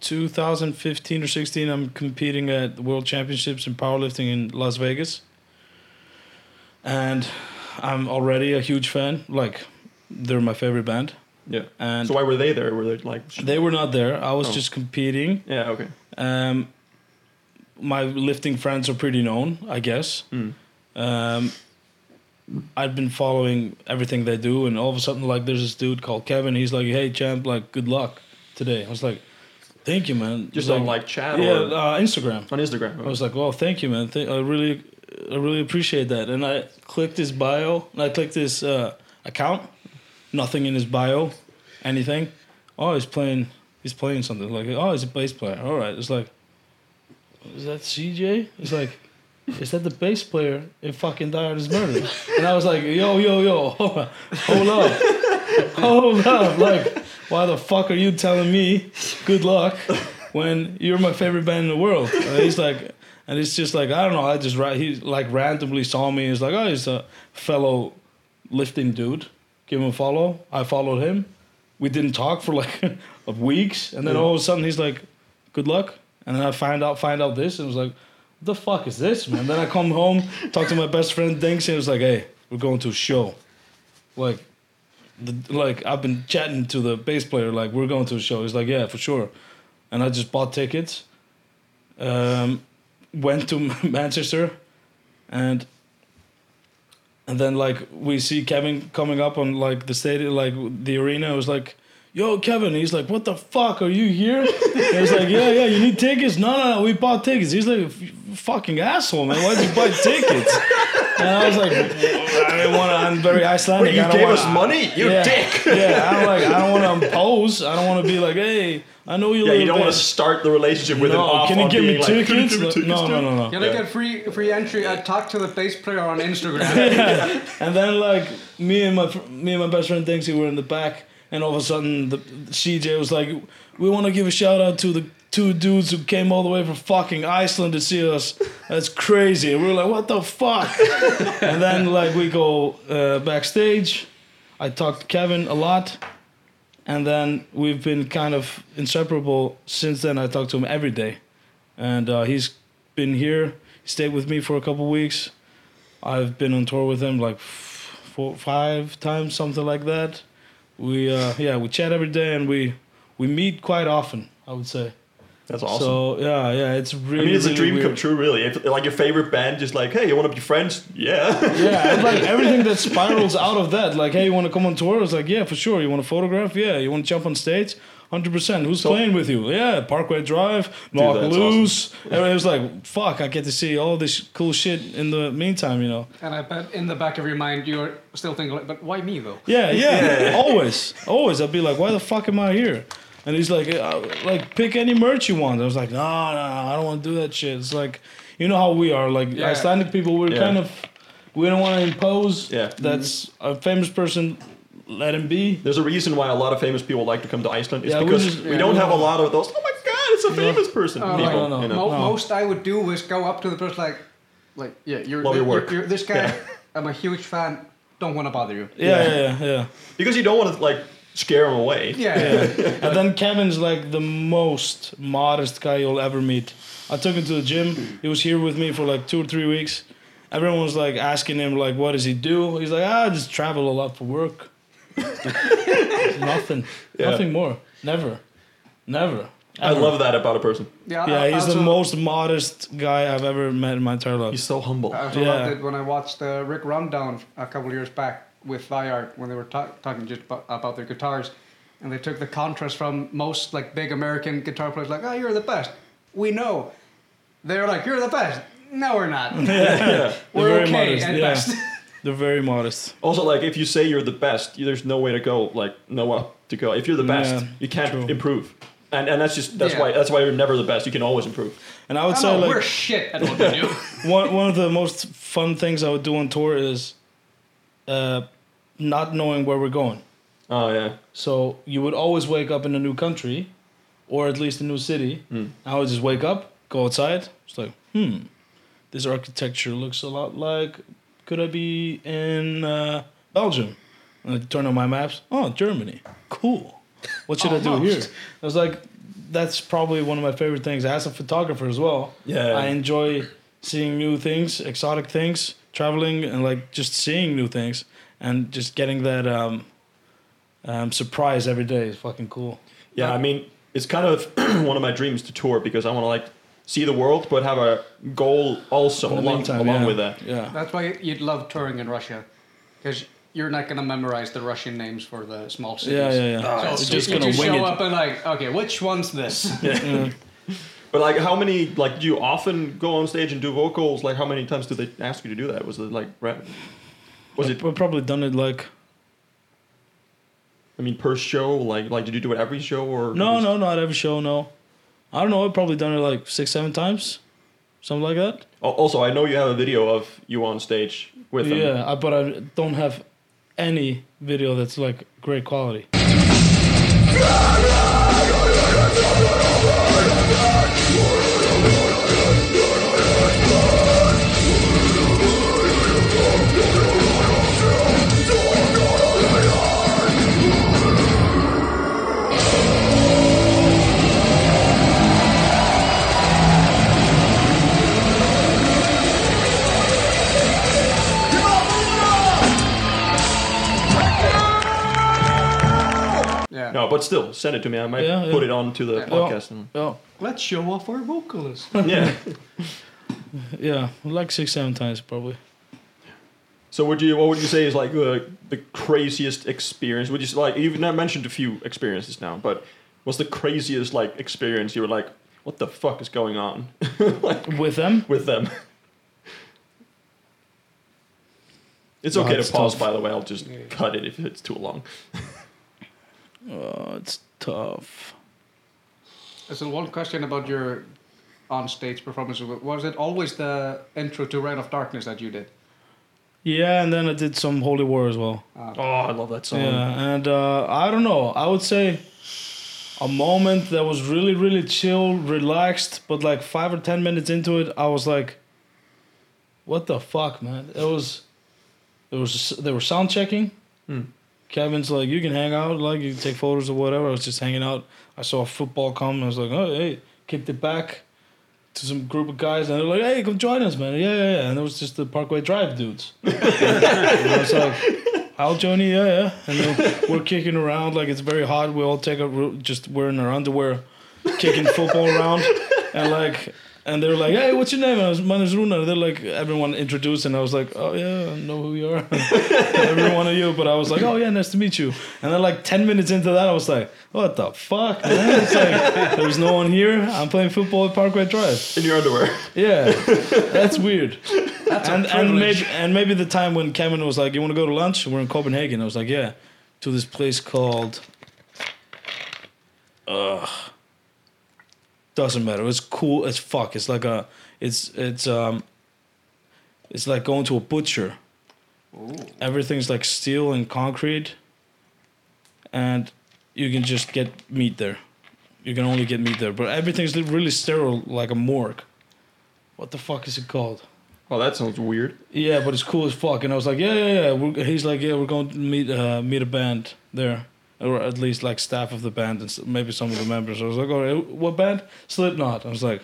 Speaker 3: 2015 or 16, I'm competing at the World Championships in powerlifting in Las Vegas. And I'm already a huge fan. Like, they're my favorite band.
Speaker 1: Yeah.
Speaker 3: And
Speaker 1: so why were they there? Were they like?
Speaker 3: they were not there. I was
Speaker 1: Oh.
Speaker 3: just competing.
Speaker 1: Yeah. Okay.
Speaker 3: Um, my lifting friends are pretty known, I guess.
Speaker 1: Mm.
Speaker 3: Um, I've been following everything they do, and all of a sudden, like, there's this dude called Kevin. He's like, "Hey, champ, like, good luck today." I was like, "Thank you, man."
Speaker 1: Just
Speaker 3: He's
Speaker 1: on like chat
Speaker 3: yeah,
Speaker 1: or
Speaker 3: uh, Instagram.
Speaker 1: on Instagram.
Speaker 3: I was like, "Well, thank you, man. Th- I really, I really appreciate that." And I clicked his bio, and I clicked his uh, account. Nothing in his bio, anything. Oh, he's playing. He's playing something like. Oh, he's a bass player. All right. It's like, is that CJ? It's like. Is that the bass player in fucking Dired is Murder? And I was like, yo, yo, yo, hold up, hold up, hold up. Like, why the fuck are you telling me good luck when you're my favorite band in the world? And he's like, and it's just like, I don't know, I just, ra- he like randomly saw me. He's like, oh, he's a fellow lifting dude. Give him a follow. I followed him. We didn't talk for like weeks. And then all of a sudden he's like, good luck. And then I find out, find out this. And it was like, the fuck is this, man? Then I come home, talk to my best friend Dinks, and it was like, hey, we're going to a show. Like, the, like I've been chatting to the bass player, like, we're going to a show. He's like, yeah, for sure. And I just bought tickets, um, went to Manchester, and and then like we see Kevin coming up on like the stadium, like the arena. It was like, "Yo, Kevin!" He's like, "What the fuck? Are you here?" And was like, "Yeah, yeah. You need tickets? No, no, no. We bought tickets." He's like, "F- "Fucking asshole, man! Why'd you buy tickets?" And I was like, "I didn't want to. I'm very Icelandic.
Speaker 1: you
Speaker 3: I don't
Speaker 1: gave
Speaker 3: wanna,
Speaker 1: us money, you
Speaker 3: yeah,
Speaker 1: dick.
Speaker 3: Yeah, I'm like, I don't want to impose. I don't want to be like, hey, I know you.
Speaker 1: Yeah,
Speaker 3: little
Speaker 1: you don't want
Speaker 3: bit."
Speaker 1: to start the relationship with an
Speaker 3: No,
Speaker 1: off
Speaker 3: can
Speaker 1: on
Speaker 3: you give
Speaker 1: being
Speaker 3: me
Speaker 1: like, "Can you
Speaker 3: tickets?
Speaker 1: give me tickets,
Speaker 3: No, no,
Speaker 1: dude?"
Speaker 3: no, no.
Speaker 4: You're gonna
Speaker 1: Yeah.
Speaker 4: get free free entry. Uh, talk to the bass player on Instagram.
Speaker 3: And then like me and my fr- me and my best friend thinks were in the back, and all of a sudden the CJ was like, "We want to give a shout out to the two dudes who came all the way from fucking Iceland to see us. That's crazy." And we were like, "What the fuck?" and then like we go uh, backstage. I talked to Kevin a lot, and then we've been kind of inseparable since then. I talk to him every day, and uh, he's been here. He stayed with me for a couple weeks. I've been on tour with him like f- four, five times, something like that. We uh, yeah, we chat every day and we we meet quite often. I would say.
Speaker 1: That's awesome.
Speaker 3: So yeah, yeah, it's really.
Speaker 1: I mean, it's
Speaker 3: really
Speaker 1: a dream
Speaker 3: weird.
Speaker 1: come true, really. If, like your favorite band, just like, hey, you want to be friends? Yeah.
Speaker 3: Yeah, and like everything that spirals out of that, like, hey, you want to come on tour? It's like, yeah, for sure. You want to photograph? Yeah. You want to jump on stage? Hundred percent. Who's playing with you? Yeah, Parkway Drive, Knock
Speaker 1: that's
Speaker 3: Loose. Everybody was like, fuck, I get to see all this cool shit in the meantime, you know.
Speaker 4: and I bet in the back of your mind you're still thinking, like, but why me though?
Speaker 3: Yeah, yeah, always, always. I'd be like, why the fuck am I here? And he's like, uh, like pick any merch you want. I was like, no, no, no I don't want to do that shit. It's like, you know how we are, like
Speaker 4: Yeah.
Speaker 3: Icelandic people, we're
Speaker 1: Yeah.
Speaker 3: kind of we don't want to impose.
Speaker 1: Yeah.
Speaker 3: that's a famous person. Let him be.
Speaker 1: There's a reason why a lot of famous people like to come to Iceland. It's
Speaker 3: Yeah, we
Speaker 1: because we,
Speaker 3: just- yeah,
Speaker 1: don't
Speaker 3: we
Speaker 1: have a
Speaker 3: don't-
Speaker 1: lot of those. Oh my god, it's a famous person.
Speaker 4: Oh,
Speaker 1: people,
Speaker 3: no, no,
Speaker 1: you know.
Speaker 4: Mo-
Speaker 3: No.
Speaker 4: Most I would do is go up to the person like, like yeah, you're,
Speaker 1: Love your
Speaker 4: you're-
Speaker 1: work.
Speaker 4: you're- this guy.
Speaker 1: Yeah.
Speaker 4: I'm a huge fan. Don't want to bother you.
Speaker 3: Yeah, yeah, yeah. yeah.
Speaker 1: Because you don't want to like scare them away.
Speaker 4: Yeah.
Speaker 3: and then Kevin's like the most modest guy you'll ever meet. I took him to the gym. He was here with me for like two or three weeks. Everyone was like asking him like, "What does he do?" He's like, "Ah, I just travel a lot for work." Nothing.
Speaker 1: Yeah.
Speaker 3: Nothing more. Never. Never.
Speaker 1: I
Speaker 3: Ever.
Speaker 1: love that about a person.
Speaker 4: Yeah,
Speaker 3: Yeah,
Speaker 4: I-
Speaker 3: he's the
Speaker 4: also-
Speaker 3: most modest guy I've ever met in my entire life.
Speaker 1: He's so humble.
Speaker 4: I also
Speaker 3: Yeah.
Speaker 4: loved it when I watched uh, Rick Rundown a couple years back with Viart when they were ta- talking just about, about their guitars, and they took the contrast from most like big American guitar players, like, "Oh, you're the best. We know." They're like, "You're the best." No, we're not. We're
Speaker 3: very
Speaker 4: okay
Speaker 3: modest,
Speaker 4: at
Speaker 3: yeah.
Speaker 4: best.
Speaker 3: They're very modest.
Speaker 1: Also, like if you say you're the best, you- there's no way to go. Like no up to go. If you're the best,
Speaker 3: Yeah,
Speaker 1: you can't
Speaker 3: true.
Speaker 1: improve. And and that's just that's
Speaker 4: Yeah.
Speaker 1: why that's why you're never the best. You can always improve.
Speaker 3: And I would
Speaker 4: I
Speaker 3: say
Speaker 4: know,
Speaker 3: like
Speaker 4: we're shit at what we do.
Speaker 3: one one of the most fun things I would do on tour is uh, not knowing where we're going.
Speaker 1: Oh yeah,
Speaker 3: So you would always wake up in a new country, or at least a new city. I would just wake up, go outside. It's like, hmm, this architecture looks a lot like. Could I be in uh, Belgium? And I turn on my maps. Oh, Germany. Cool. What should I do here?
Speaker 4: Almost.
Speaker 3: I was like, that's probably one of my favorite things. As a photographer as well,
Speaker 1: Yeah.
Speaker 3: I enjoy seeing new things, exotic things, traveling, and like just seeing new things and just getting that um, um, surprise every day is fucking cool.
Speaker 1: yeah. I mean, it's kind of one of my dreams to tour because I want to like see the world, but have a goal also
Speaker 3: In the
Speaker 1: along,
Speaker 3: meantime,
Speaker 1: along
Speaker 3: yeah.
Speaker 1: with that.
Speaker 3: Yeah.
Speaker 4: That's why you'd love touring in Russia, because you're not going to memorize the Russian names for the small cities.
Speaker 3: Yeah, yeah,
Speaker 1: Ah.
Speaker 3: yeah.
Speaker 4: So
Speaker 3: It's
Speaker 4: you-
Speaker 3: just
Speaker 4: you
Speaker 3: gonna wing
Speaker 4: show
Speaker 3: it.
Speaker 4: up and like, okay, which one's this?
Speaker 1: But like, how many like do you often go on stage and do vocals? Like, how many times do they ask you to do that? Was it like, ra- was it?
Speaker 3: We've probably done it like
Speaker 1: I mean, per show? Like, like did you do it every show or?
Speaker 3: no, no, not every show. No, I don't know. I've probably done it like six, seven times, something like that.
Speaker 1: Al- Also, I know you have a video of you on stage with them.
Speaker 3: Yeah, I, but I don't have any video that's like great quality.
Speaker 4: Yeah.
Speaker 1: No, but still, send it to me. I might
Speaker 3: Yeah, yeah.
Speaker 1: put it on to the
Speaker 4: Yeah.
Speaker 1: podcast. and-
Speaker 3: Oh,
Speaker 4: Let's show off our vocalist.
Speaker 1: yeah.
Speaker 3: yeah, like six, seven times probably.
Speaker 1: So, would you? What would you say is like uh, the craziest experience? Would you say, like? You've not mentioned a few experiences now, but what's the craziest like experience you were like, what the fuck is going on
Speaker 3: With them,
Speaker 1: with them? It's
Speaker 3: Wow,
Speaker 1: okay
Speaker 3: it's
Speaker 1: to pause,
Speaker 3: tough.
Speaker 1: by the way. I'll just cut it if it's too long.
Speaker 3: oh, it's tough.
Speaker 4: So one question about your on-stage performance. Was it always the intro to Reign of Darkness that you did?
Speaker 3: Yeah, and then I did some Holy War as well.
Speaker 1: Oh, I love that song.
Speaker 3: Yeah, and uh, I don't know. I would say a moment that was really, really chill, relaxed, but like five or ten minutes into it, I was like, "What the fuck, man!" It was, it was. They were sound checking. Kevin's like, "You can hang out, like you can take photos or whatever." I was just hanging out. I saw a football come. I was like, "Oh, hey!" Kicked it back to some group of guys, and they're like, "Hey, come join us, man!" Yeah, yeah, yeah. And it was just the Parkway Drive dudes. And I was like, "How, Johnny? Yeah, yeah." And then we're kicking around like it's very hot. We all take a ro- just we're in our underwear, kicking football around, and like, and they're like, "Hey, what's your name?" And I was, "My name's Runa." They're like, everyone introduced, and I was like, "Oh yeah, I know who you are, every one of you." But I was like, "Oh yeah, nice to meet you." And then like ten minutes into that, I was like, "What the fuck, man?" It's like there's no one here. I'm playing football at Parkway Drive.
Speaker 1: In your underwear.
Speaker 3: Yeah, that's weird. and and maybe and maybe the time when Cameron was like, "You want to go to lunch? We're in Copenhagen." I was like, "Yeah," to this place called. Ugh. Doesn't matter. It's cool as fuck. It's like a it's it's um it's like going to a butcher. Everything's like steel and concrete and you can just get meat there. You can only get meat there, but everything's li- really sterile like a morgue. What the fuck is it called?
Speaker 1: Oh, that sounds weird.
Speaker 3: Yeah, but it's cool as fuck. And I was like, yeah, yeah, yeah. We're, he's like, yeah, we're going to meet uh, meet a band there, or at least like staff of the band and s- maybe some of the members. I was like, all right, what band? Slipknot. I was like,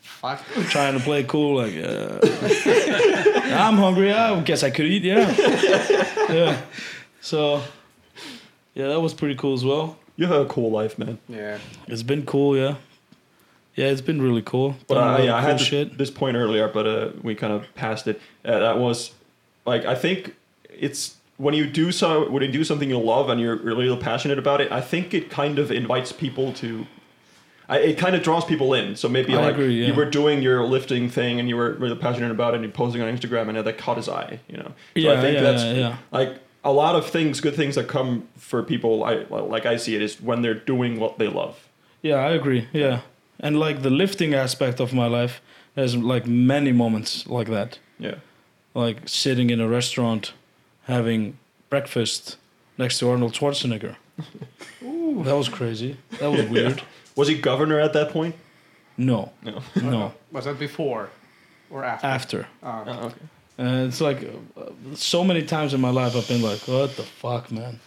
Speaker 4: Fuck.
Speaker 3: trying to play cool, like, uh, I'm hungry. I guess I could eat. Yeah, yeah. So, yeah, that was pretty cool as well.
Speaker 1: You have a cool life, man.
Speaker 2: Yeah.
Speaker 3: It's been cool, yeah. Yeah, it's been really cool.
Speaker 1: But
Speaker 3: Done a lot
Speaker 1: uh,
Speaker 3: of
Speaker 1: yeah, I
Speaker 3: cool
Speaker 1: had this, this point earlier, but uh, we kind of passed it. Uh, that was like I think it's when you do so when you do something you love and you're really passionate about it. I think it kind of invites people to. I, it kind of draws people in. So maybe
Speaker 3: I
Speaker 1: like
Speaker 3: agree, yeah.
Speaker 1: you were doing your lifting thing and you were really passionate about it and you're posting on Instagram and that caught his eye. You know. So
Speaker 3: Yeah,
Speaker 1: I think
Speaker 3: yeah,
Speaker 1: that's
Speaker 3: yeah, yeah.
Speaker 1: like. A lot of things, good things that come for people, I, like I see it, is when they're doing what they love.
Speaker 3: Yeah, I agree. Yeah. And like the lifting aspect of my life, there's like many moments like that.
Speaker 1: Yeah.
Speaker 3: Like sitting in a restaurant having breakfast next to Arnold Schwarzenegger. That was crazy. That was weird.
Speaker 1: Was he governor at that point?
Speaker 3: No.
Speaker 1: No.
Speaker 3: No.
Speaker 4: Was that before or after?
Speaker 3: After.
Speaker 4: Oh, okay.
Speaker 1: Oh, okay.
Speaker 3: And it's like uh, so many times in my life I've been like, what the fuck, man.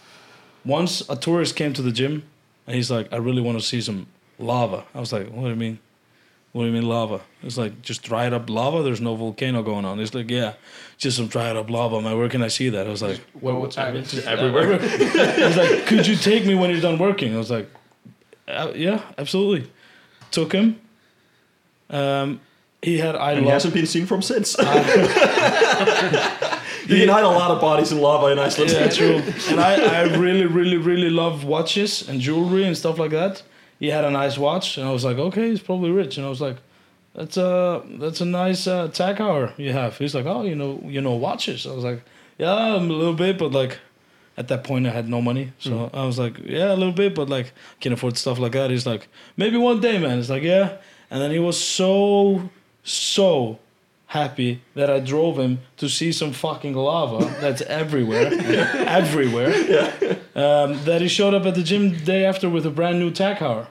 Speaker 3: Once a tourist came to the gym and he's like, I really want to see some lava. I was like, what do you mean? What do you mean lava? It's like just dried up lava. There's no volcano going on. It's like, yeah, just some dried up lava, man. Where can I see that? I was like,
Speaker 4: Well, what's happening?
Speaker 3: just
Speaker 1: everywhere.
Speaker 3: I was like, could you take me when you're done working? I was like, uh, yeah, absolutely. Took him. Um, he had I
Speaker 1: And he
Speaker 3: love
Speaker 1: hasn't been seen from since. you can hide a lot of bodies in lava in Iceland.
Speaker 3: Uh, Yeah, true. And I, I really, really, really love watches and jewelry and stuff like that. He had a nice watch, and I was like, okay, he's probably rich. And I was like, that's a that's a nice uh, tag hour you have. He's like, oh, you know, you know watches. I was like, yeah, I'm a little bit, but like, at that point I had no money, so I was like, yeah, a little bit, but like, can afford stuff like that. He's like, maybe one day, man. It's like, yeah. And then he was so so happy that I drove him to see some fucking lava that's everywhere, everywhere. Um, that he showed up at the gym the day after with a brand new tack hour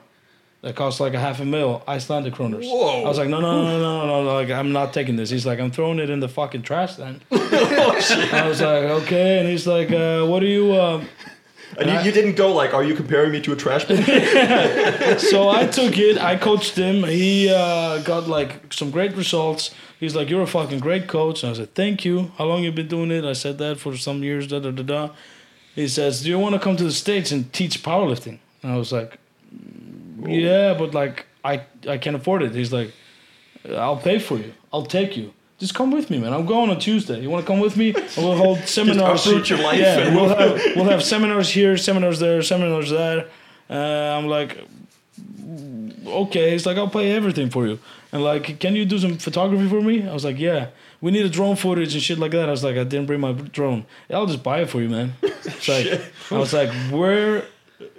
Speaker 3: that cost like a half a mil Icelandic kroners.
Speaker 1: Whoa.
Speaker 3: I was like, no, no, no, no, no, no, like I'm not taking this. He's like, I'm throwing it in the fucking trash then. I was like, okay, and he's like, uh, what are you? Um,
Speaker 1: And you, you didn't go like, are you comparing me to a trash bin?
Speaker 3: so I took it. I coached him. He uh, got like some great results. He's like, "You're a fucking great coach." And I said, "Thank you. How long you been doing it?" I said that for some years. Da da da da. He says, "Do you want to come to the states and teach powerlifting?" And I was like, "Yeah, but like I I can't afford it." He's like, "I'll pay for you. I'll take you." Just come with me, man. I'm going on Tuesday. You want to come with me? And we'll hold seminars.
Speaker 1: uproot your life
Speaker 3: Yeah,
Speaker 1: and-
Speaker 3: we'll have we'll have seminars here, seminars there, seminars there. Uh, I'm like, okay. He's like, I'll pay everything for you. And like, can you do some photography for me? I was like, yeah. We need a drone footage and shit like that. I was like, I didn't bring my drone. I'll just buy it for you, man. It's like, I was like, where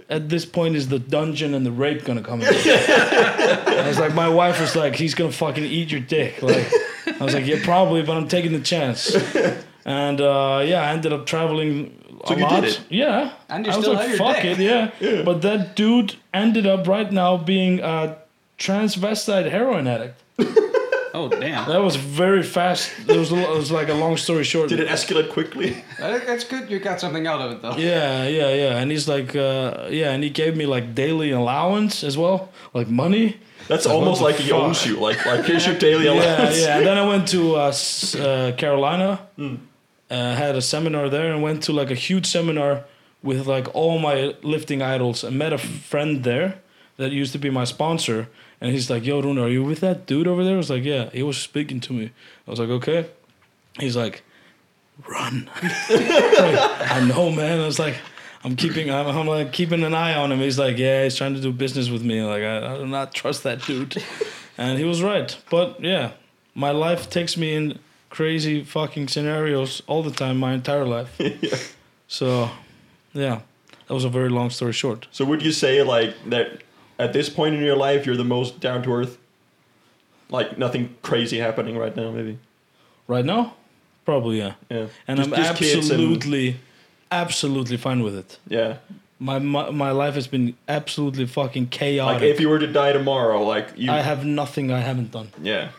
Speaker 3: at this point is the dungeon and the rape gonna come in? I was like, my wife was like, he's gonna fucking eat your dick. Like, I was like, yeah, probably, but I'm taking the chance. And uh, yeah, I ended up traveling
Speaker 1: So
Speaker 3: a
Speaker 1: you did
Speaker 3: lot.
Speaker 1: it.
Speaker 3: Yeah,
Speaker 4: And you
Speaker 3: I was
Speaker 4: still
Speaker 3: like,
Speaker 4: have your
Speaker 3: fuck
Speaker 4: dick."
Speaker 3: it, yeah. But that dude ended up right now being a transvestite heroin addict.
Speaker 2: Oh damn.
Speaker 3: That was very fast. It was, it was like a long story short.
Speaker 1: Did it escalate quickly?
Speaker 4: That- That's good. You got something out of it, though.
Speaker 3: Yeah, yeah, yeah. And he's like, uh, yeah, and he gave me like daily allowance as well, like money.
Speaker 1: That's almost
Speaker 3: the
Speaker 1: like he
Speaker 3: fuck?
Speaker 1: owns you. Like, like here's your daily
Speaker 3: Yeah,
Speaker 1: allowance.
Speaker 3: yeah. And then I went to uh, s- uh, Carolina, uh, had a seminar there, and went to like a huge seminar with like all my lifting idols. And met a friend there that used to be my sponsor, and he's like, "Yo, Runa, are you with that dude over there?" I was like, "Yeah." He was speaking to me. I was like, "Okay." He's like, "Run." I know, man. I was like, I'm keeping, I'm, I'm like keeping an eye on him. He's like, yeah, he's trying to do business with me. Like, I, I do not trust that dude. and he was right. But yeah, my life takes me in crazy fucking scenarios all the time, my entire life. So, yeah, that was a very long story short.
Speaker 1: So would you say like that at this point in your life, you're the most down to earth. Like nothing crazy happening right now, maybe.
Speaker 3: Right now? Probably, yeah.
Speaker 1: Yeah.
Speaker 3: And
Speaker 1: Just-
Speaker 3: I'm
Speaker 1: just kids and-
Speaker 3: absolutely, absolutely fine with it.
Speaker 1: yeah.
Speaker 3: My, my my life has been absolutely fucking chaotic.
Speaker 1: Like if you were to die tomorrow, like you.
Speaker 3: I have nothing I haven't done.
Speaker 1: yeah.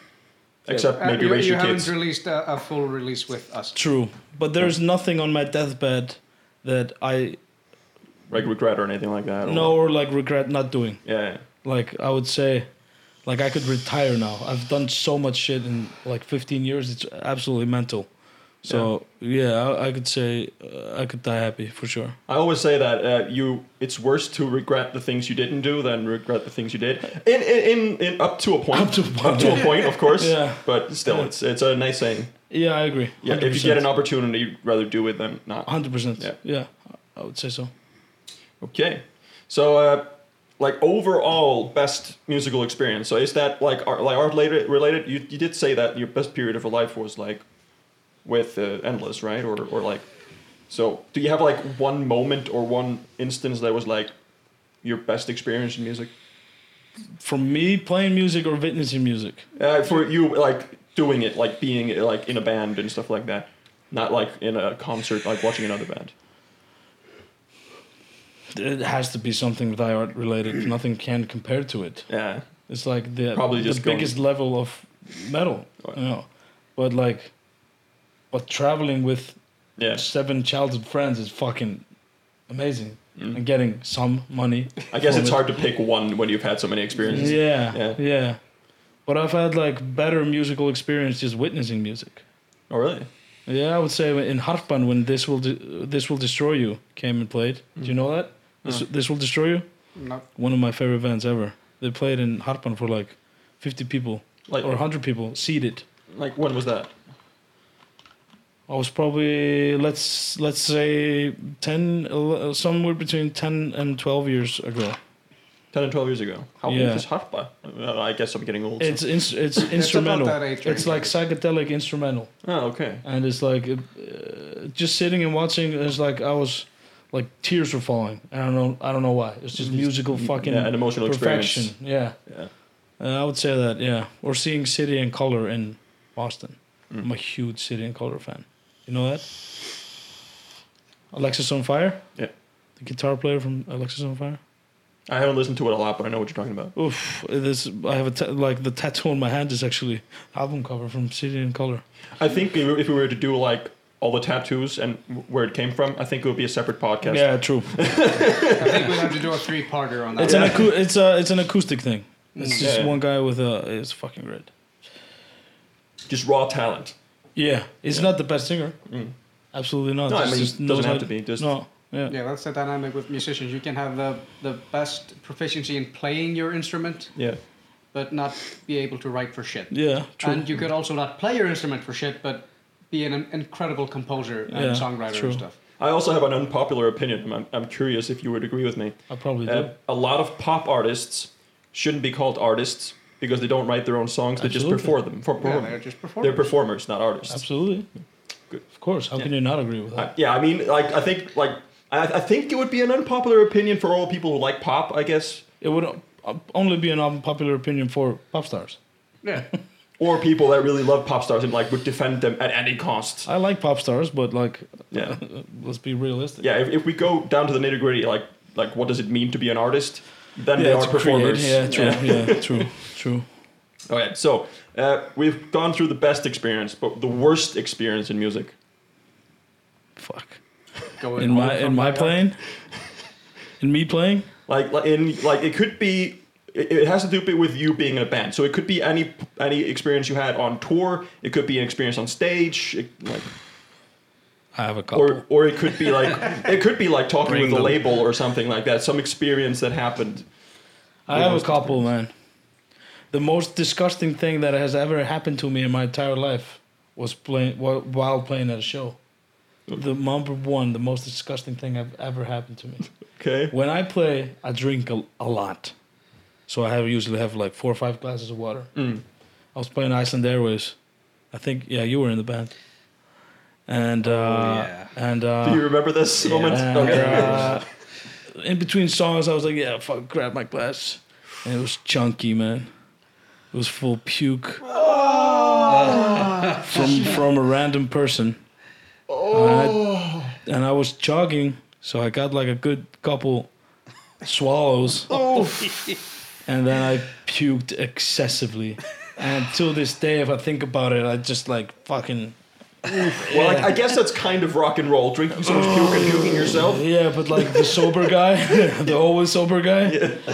Speaker 1: Except
Speaker 4: Uh,
Speaker 1: maybe
Speaker 4: you,
Speaker 1: raise
Speaker 4: you
Speaker 1: your
Speaker 4: haven't
Speaker 1: kids.
Speaker 4: released a, a full release with us.
Speaker 3: True, but there's
Speaker 1: Oh.
Speaker 3: nothing on my deathbed that I
Speaker 1: like regret or anything like that. or-
Speaker 3: know or like regret not doing.
Speaker 1: Yeah.
Speaker 3: Like I would say, like I could retire now. I've done so much shit in like 15 years. It's absolutely mental. So yeah, I, I could say uh, I could die happy for sure.
Speaker 1: I always say that uh, you it's worse to regret the things you didn't do than regret the things you did. In in, in, in up to a point.
Speaker 3: Up to a
Speaker 1: Up to a
Speaker 3: point.
Speaker 1: point, of course.
Speaker 3: Yeah.
Speaker 1: But still, it's it's a nice saying.
Speaker 3: Yeah, I agree.
Speaker 1: Yeah. If you get an opportunity, you'd rather do it than not.
Speaker 3: 100. percent
Speaker 1: Yeah.
Speaker 3: Yeah, I would say so.
Speaker 1: Okay. So, uh, like overall best musical experience. So is that like art, like art related? Related? You you did say that your best period of your life was like with uh, Endless, right? Or or like. So do you have like one moment or one instance that was like your best experience in music?
Speaker 3: For me, playing music or witnessing music.
Speaker 1: Uh, for you, like doing it, like being uh, like in a band and stuff like that, not like in a concert, like watching another band.
Speaker 3: It has to be something with art related. Nothing can compare to it.
Speaker 1: Yeah,
Speaker 3: It's like the
Speaker 1: Probably
Speaker 3: the
Speaker 1: just going-
Speaker 3: biggest level of metal,
Speaker 1: Right.
Speaker 3: you know. But like, but traveling with
Speaker 1: yeah.
Speaker 3: seven childhood friends is fucking amazing, and getting some money.
Speaker 1: I guess
Speaker 3: from
Speaker 1: it's
Speaker 3: it.
Speaker 1: hard to pick one when you've had so many experiences.
Speaker 3: Yeah,
Speaker 1: Yeah.
Speaker 3: yeah, But I've had like better musical experience just witnessing music.
Speaker 1: Oh, really?
Speaker 3: Yeah, I would say in Harpan when this will De- this will destroy you came and played. Do you know that? This, this will destroy you.
Speaker 4: No.
Speaker 3: One of my favorite bands ever. They played in Harpan for like fifty people
Speaker 1: Like,
Speaker 3: or hundred people seated.
Speaker 1: like when was that?
Speaker 3: I was probably let's let's say 10 ele- somewhere between 10 and 12 years ago.
Speaker 1: Ten and twelve years ago. How
Speaker 3: Yeah.
Speaker 1: old is Harpa? Uh, I guess I'm getting old. so-
Speaker 3: It's ins- it's instrumental.
Speaker 4: about that age
Speaker 3: it's like
Speaker 4: range.
Speaker 3: psychedelic instrumental
Speaker 1: Oh, okay.
Speaker 3: and it's like uh, just sitting and watching it's like I was like tears were falling. I don't know I don't know why. It's just musical fucking
Speaker 1: Mm-hmm. yeah, an emotional
Speaker 3: perfection. Yeah.
Speaker 1: experience.
Speaker 3: Uh, I would say that, yeah. Or seeing City and Color in Boston.
Speaker 1: Mm.
Speaker 3: I'm a huge City and Color fan. You know that? Alexis on Fire?
Speaker 1: Yeah.
Speaker 3: The guitar player from Alexis on Fire?
Speaker 1: Yeah, I haven't listened to it a lot, but I know what you're talking about.
Speaker 3: Oof, this I have a ta- like the tattoo on my hand is actually album cover from City and Color.
Speaker 1: I think if if we were to do like all the tattoos and where it came from, I think it would be a separate podcast.
Speaker 3: Yeah, true.
Speaker 4: I think we'd have to do a three-parter on that.
Speaker 3: It's an acou- it's a it's an acoustic thing. It's just
Speaker 1: Mm, Yeah.
Speaker 3: one guy with a it's fucking great.
Speaker 1: Just raw talent.
Speaker 3: Yeah, he's not the best singer. Absolutely not.
Speaker 1: Mm. No, I
Speaker 3: He's
Speaker 1: mean,
Speaker 3: just
Speaker 1: doesn't
Speaker 3: knows
Speaker 1: have
Speaker 3: how
Speaker 1: to be, just-
Speaker 3: no. Yeah.
Speaker 4: Yeah, that's the dynamic with musicians. You can have the, the best proficiency in playing your instrument,
Speaker 1: Yeah.
Speaker 4: but not be able to write for shit.
Speaker 3: Yeah. True.
Speaker 4: And you could also not play your instrument for shit, but be an incredible composer and
Speaker 3: Yeah,
Speaker 4: songwriter
Speaker 3: true.
Speaker 4: and stuff.
Speaker 1: I also have an unpopular opinion. I'm, I'm curious if you would agree with me.
Speaker 3: I probably do.
Speaker 1: Uh, a lot of pop artists shouldn't be called artists because they don't write their own songs. They
Speaker 3: Absolutely.
Speaker 1: just perform them. For,
Speaker 4: Yeah,
Speaker 1: perform.
Speaker 4: they're
Speaker 1: they're,
Speaker 4: just performing.
Speaker 1: performers, not artists.
Speaker 3: Absolutely.
Speaker 1: Good.
Speaker 3: Of course. How can you not agree with that?
Speaker 1: I- yeah, I mean, like I think, like I, I think it would be an unpopular opinion for all people who like pop. I guess.
Speaker 3: it would uh, only be an unpopular opinion for pop stars.
Speaker 4: Yeah.
Speaker 1: Or people that really love pop stars and like would defend them at any cost.
Speaker 3: I like pop stars, but like, uh,
Speaker 1: Yeah,
Speaker 3: let's be realistic.
Speaker 1: yeah. If, if we go down to the nitty gritty, like like what does it mean to be an artist? Then they
Speaker 3: Yeah,
Speaker 1: are
Speaker 3: to create-
Speaker 1: performers.
Speaker 3: yeah, true. Yeah, true. True.
Speaker 1: Okay, so uh, we've gone through the best experience, but the worst experience in music.
Speaker 3: Fuck.
Speaker 4: Going
Speaker 3: In
Speaker 4: on
Speaker 3: my
Speaker 4: from
Speaker 3: in my
Speaker 4: there.
Speaker 3: playing, in me playing.
Speaker 1: Like like in like it could be. It it has to do with you being in a band, so it could be any any experience you had on tour. It could be an experience on stage, it, like
Speaker 3: I have a couple.
Speaker 1: or or it could be like it could be like talking
Speaker 2: Bring
Speaker 1: with a
Speaker 2: them.
Speaker 1: label or something like that. Some experience that happened.
Speaker 3: I have a couple, man. The most disgusting thing that has ever happened to me in my entire life was playing wa- while playing at a show. The number one, the most disgusting thing I've ever happened to me.
Speaker 1: Okay.
Speaker 3: When I play, I drink a, a lot. So I have usually have like four or five glasses of water.
Speaker 1: Mm.
Speaker 3: I was playing Iceland Airways. I think yeah, you were in the band. And uh
Speaker 2: yeah.
Speaker 3: and uh
Speaker 1: Do Oh, you remember this moment?
Speaker 3: and,
Speaker 1: Okay.
Speaker 3: uh, in between songs I was like, yeah, fuck grab my glass. And it was chunky, man. It was full puke from from a random person. Oh. And I, and I was jogging, so I got like a good couple swallows. And then I puked excessively. And to this day, if I think about it, I just like fucking
Speaker 1: Well, like, I guess that's kind of rock and roll. Drinking so much puke
Speaker 3: Oh.
Speaker 1: and puking yourself.
Speaker 3: Yeah, but like the sober guy, the always sober guy.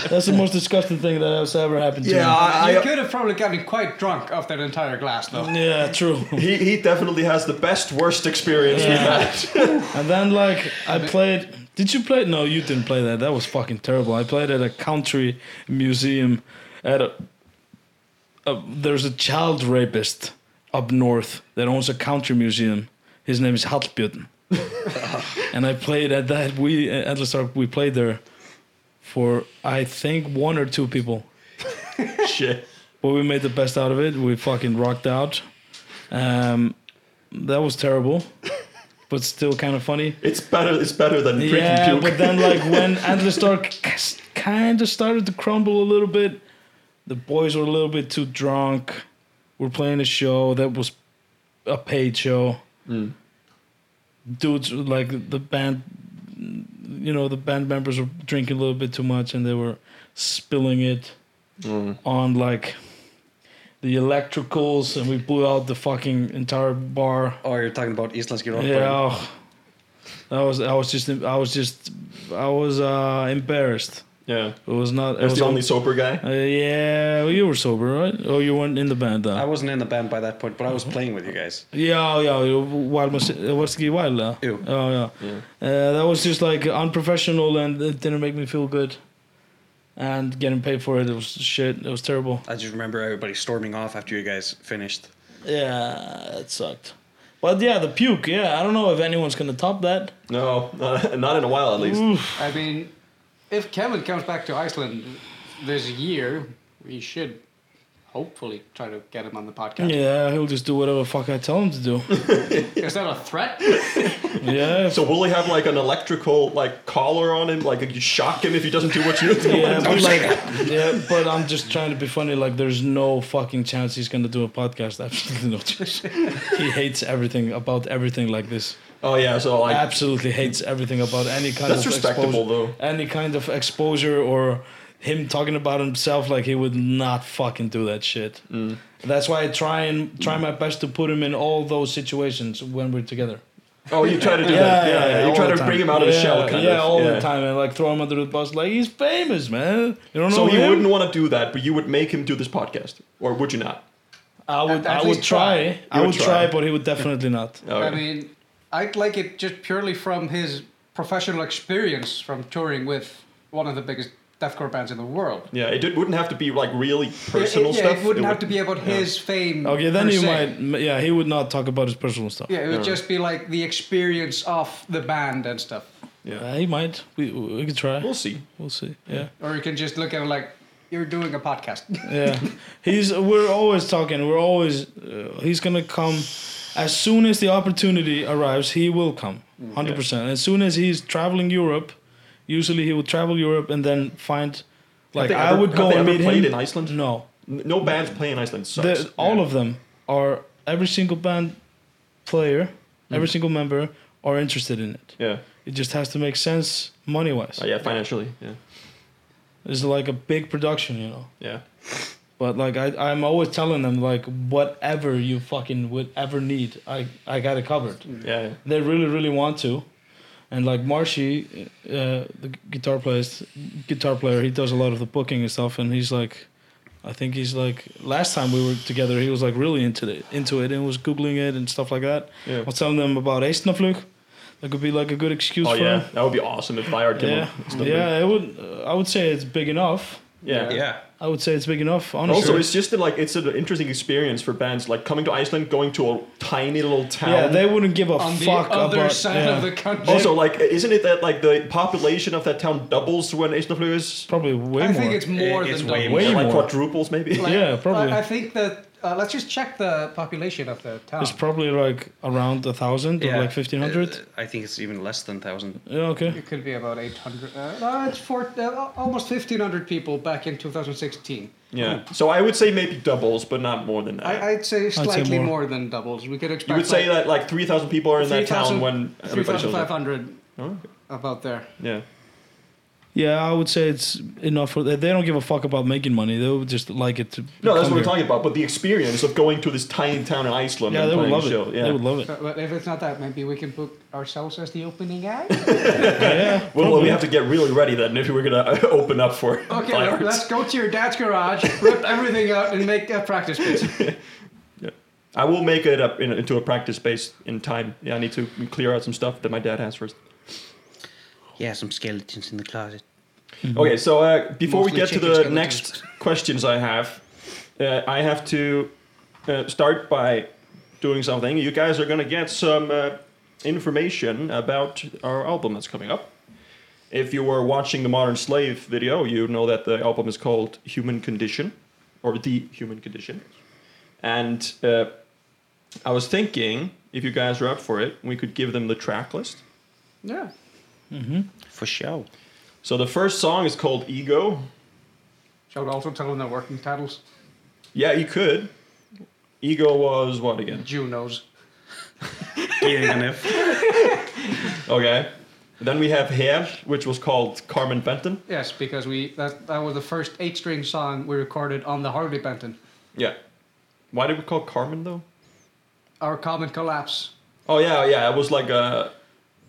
Speaker 3: That's the most disgusting thing that has ever happened to
Speaker 1: Yeah, I,
Speaker 4: you
Speaker 1: I-
Speaker 4: could have probably gotten quite drunk off that entire glass, though.
Speaker 3: me. Yeah, true.
Speaker 1: he, he definitely has the best worst experience with that.
Speaker 3: And then like I played. Did you play? No, you didn't play that. That was fucking terrible. I played at a country museum. At a, a there's a child rapist up north that owns a country museum. His name is Hallbjörn. and I played at that. We at Atlas Ark. We played there for I think one or two people.
Speaker 1: Shit.
Speaker 3: but we made the best out of it. We fucking rocked out. Um, that was terrible, but still kind of funny.
Speaker 1: It's better. It's better than drinking
Speaker 3: yeah,
Speaker 1: puke.
Speaker 3: but then like when Endless Dark kind of started to crumble a little bit, the boys were a little bit too drunk. We're playing a show that was a paid show.
Speaker 1: Hmm.
Speaker 3: Dudes like the band, you know, the band members were drinking a little bit too much, and they were spilling it
Speaker 1: Hmm.
Speaker 3: on like the electricals, and we blew out the fucking entire bar.
Speaker 2: Oh, you're talking about Íslenski rock band.
Speaker 3: Yeah. I was I was just I was just I was uh embarrassed.
Speaker 1: yeah,
Speaker 3: It was not it
Speaker 1: that's
Speaker 3: was
Speaker 1: the
Speaker 3: un-
Speaker 1: only sober guy.
Speaker 3: uh, yeah, well, you were sober, right? Oh, you weren't in the band
Speaker 2: I
Speaker 3: then.
Speaker 2: wasn't in the band by that point, but I was playing with you guys.
Speaker 3: Yeah, yeah, you- while was was the while. uh,
Speaker 2: Ew.
Speaker 3: Oh yeah. Uh, that was just like unprofessional and it didn't make me feel good. And getting paid for it, it was shit. It was terrible.
Speaker 2: I just remember everybody storming off after you guys finished.
Speaker 3: Yeah, it sucked. But yeah, the puke. Yeah, I don't know if anyone's gonna top that.
Speaker 1: No, not, not in a while at least.
Speaker 3: Mm.
Speaker 4: I mean, if Kevin comes back to Iceland this year, we should hopefully try to get him on the podcast.
Speaker 3: Yeah, he'll just do whatever fuck I tell him to do.
Speaker 4: Is that a threat?
Speaker 3: Yeah,
Speaker 1: So will he have like an electrical like collar on him? Like you shock him if he doesn't do what you do?
Speaker 3: Yeah, but like, yeah, but I'm just trying to be funny. Like, there's no fucking chance he's gonna do a podcast. Absolutely no chance. he hates everything about everything like this.
Speaker 1: Oh yeah. So like
Speaker 3: Absolutely hates everything about any kind
Speaker 1: That's
Speaker 3: of
Speaker 1: respectable,
Speaker 3: exposure, Any kind of exposure or him talking about himself. Like, he would not fucking do that shit.
Speaker 1: Mm.
Speaker 3: That's why I try and try my best to put him in all those situations when we're together.
Speaker 1: oh, you try to do that. Yeah, yeah, You
Speaker 3: all
Speaker 1: try
Speaker 3: the
Speaker 1: to
Speaker 3: time.
Speaker 1: bring him out of
Speaker 3: yeah,
Speaker 1: his shell. Kind
Speaker 3: yeah,
Speaker 1: of.
Speaker 3: all the time, and like throw him under the bus. Like he's famous, man. You don't
Speaker 1: So
Speaker 3: know
Speaker 1: you
Speaker 3: him?
Speaker 1: wouldn't want to do that, but you would make him do this podcast, or would you not?
Speaker 3: I would,
Speaker 4: At
Speaker 3: I would
Speaker 4: least try.
Speaker 3: try. I
Speaker 1: would
Speaker 3: would try,
Speaker 1: try.
Speaker 3: but he would definitely not.
Speaker 1: Okay.
Speaker 4: I mean, I'd like it just purely from his professional experience from touring with one of the biggest deathcore bands in the world.
Speaker 1: yeah, it did, wouldn't have to be like really personal
Speaker 4: it, yeah,
Speaker 1: stuff.
Speaker 4: it wouldn't
Speaker 1: It
Speaker 4: have to
Speaker 1: would-
Speaker 4: be about his fame.
Speaker 3: Okay, then
Speaker 4: per
Speaker 3: you
Speaker 4: se.
Speaker 3: might. Yeah, he would not talk about his personal stuff.
Speaker 4: Yeah, it would just be like the experience of the band and stuff.
Speaker 3: Uh, he might. We we could try.
Speaker 1: We'll see.
Speaker 3: We'll see. Yeah,
Speaker 4: Or you can just look at it like, you're doing a podcast.
Speaker 3: yeah. he's. We're always talking. We're always. Uh, he's gonna come. As soon as the opportunity arrives, he will come. Hundred percent. As soon as he's traveling Europe, usually he will travel Europe and then find. Like
Speaker 1: they
Speaker 3: I
Speaker 1: ever-
Speaker 3: would
Speaker 1: have
Speaker 3: go
Speaker 1: they
Speaker 3: and
Speaker 1: ever
Speaker 3: meet
Speaker 1: played
Speaker 3: him.
Speaker 1: in Iceland?
Speaker 3: No.
Speaker 1: N- No bands play in Iceland
Speaker 3: The-
Speaker 1: sucks.
Speaker 3: all of them are every single band player,
Speaker 1: Mm.
Speaker 3: every single member are interested in it.
Speaker 1: Yeah.
Speaker 3: It just has to make sense money wise.
Speaker 1: Oh, yeah, financially. Yeah.
Speaker 3: It's like a big production, you know.
Speaker 1: Yeah.
Speaker 3: But like I, I'm always telling them like whatever you fucking would ever need, I I got it covered.
Speaker 1: Yeah. yeah.
Speaker 3: They really really want to, and like Marshy, uh, the guitar plays guitar player, he does a lot of the booking and stuff, and he's like. I think he's like last time we were together, he was like really into it, into it, and was googling it and stuff like that.
Speaker 1: Yeah.
Speaker 3: I was telling them about Eistnaflug. That could be like a good excuse
Speaker 1: Oh
Speaker 3: for
Speaker 1: yeah,
Speaker 3: him.
Speaker 1: that would be awesome if Bayard came
Speaker 3: Yeah,
Speaker 1: up.
Speaker 3: yeah, it would. I would say it's big enough.
Speaker 1: Yeah.
Speaker 2: Yeah.
Speaker 3: I would say it's big enough. Honestly,
Speaker 1: Also, it's just that, like it's an interesting experience for bands like coming to Iceland, going to a tiny little town.
Speaker 3: yeah, they wouldn't give a
Speaker 4: on the
Speaker 3: fuck
Speaker 4: other
Speaker 3: about.
Speaker 4: side
Speaker 3: yeah.
Speaker 4: of the country.
Speaker 1: also, like, isn't it that like the population of that town doubles when Ace of is
Speaker 3: Probably way
Speaker 4: I
Speaker 3: more.
Speaker 4: think it's more
Speaker 2: It- it's
Speaker 4: than
Speaker 2: way
Speaker 4: double.
Speaker 2: more.
Speaker 1: like
Speaker 3: more.
Speaker 1: quadruples maybe?
Speaker 4: Like,
Speaker 3: Yeah, probably.
Speaker 4: I, I think that uh, let's just check the population of the town.
Speaker 3: It's probably like around a thousand or like fifteen hundred.
Speaker 2: Uh, I think it's even less than thousand.
Speaker 3: yeah, okay.
Speaker 4: It could be about 800. Uh, no, it's four, uh, almost 1,500 people back in 2016.
Speaker 1: yeah. So I would say maybe doubles, but not more than that.
Speaker 4: I, I'd say
Speaker 3: say
Speaker 4: slightly
Speaker 3: more.
Speaker 4: more. than doubles. We could expect.
Speaker 1: you would say that like three thousand people are in that town
Speaker 4: 3,000
Speaker 1: when everybody shows up.
Speaker 4: 3,500
Speaker 1: Oh, okay.
Speaker 4: about there.
Speaker 1: yeah.
Speaker 3: Yeah, I would say it's enough for. They don't give a fuck about making money. They would just like it to.
Speaker 1: No, that's
Speaker 3: come
Speaker 1: what we're
Speaker 3: here.
Speaker 1: talking about. But the experience of going to this tiny town in Iceland
Speaker 3: Yeah,
Speaker 1: and
Speaker 3: they would
Speaker 1: playing
Speaker 3: love
Speaker 1: a show.
Speaker 3: it.
Speaker 1: Yeah.
Speaker 3: They would love it.
Speaker 4: But, but if it's not that, maybe we can book ourselves as the opening act.
Speaker 3: yeah.
Speaker 1: well,
Speaker 3: probably.
Speaker 1: we have to get really ready then if we're gonna open up for
Speaker 4: Okay,
Speaker 1: pirates.
Speaker 4: let's go to your dad's garage, rip everything out, and make a practice pitch.
Speaker 1: I will make it up in, into a practice space in time. Yeah, I need to clear out some stuff that my dad has first.
Speaker 2: Yeah, some skeletons in the closet.
Speaker 1: Okay, so uh, before we
Speaker 4: Mostly
Speaker 1: get to
Speaker 4: chicken
Speaker 1: the
Speaker 4: skeletons.
Speaker 1: next questions I have, uh, I have to uh, start by doing something. You guys are going to get some uh, information about our album that's coming up. If you were watching the Modern Slave video, you know that the album is called Human Condition, or The Human Condition. And uh, I was thinking, if you guys are up for it, we could give them the track list.
Speaker 4: Yeah.
Speaker 2: For show.
Speaker 1: So the first song is called Ego.
Speaker 4: Shall we also tell them their working titles?
Speaker 1: Yeah, you could. Ego was what again?
Speaker 4: Junos.
Speaker 1: Okay. Then we have Hair, which was called Carmen Benton.
Speaker 4: Yes, because we that, that was the first eight string song we recorded on the Harley Benton.
Speaker 1: Yeah. Why did we call Carmen though?
Speaker 4: Our common collapse.
Speaker 1: Oh yeah, yeah. It was like a.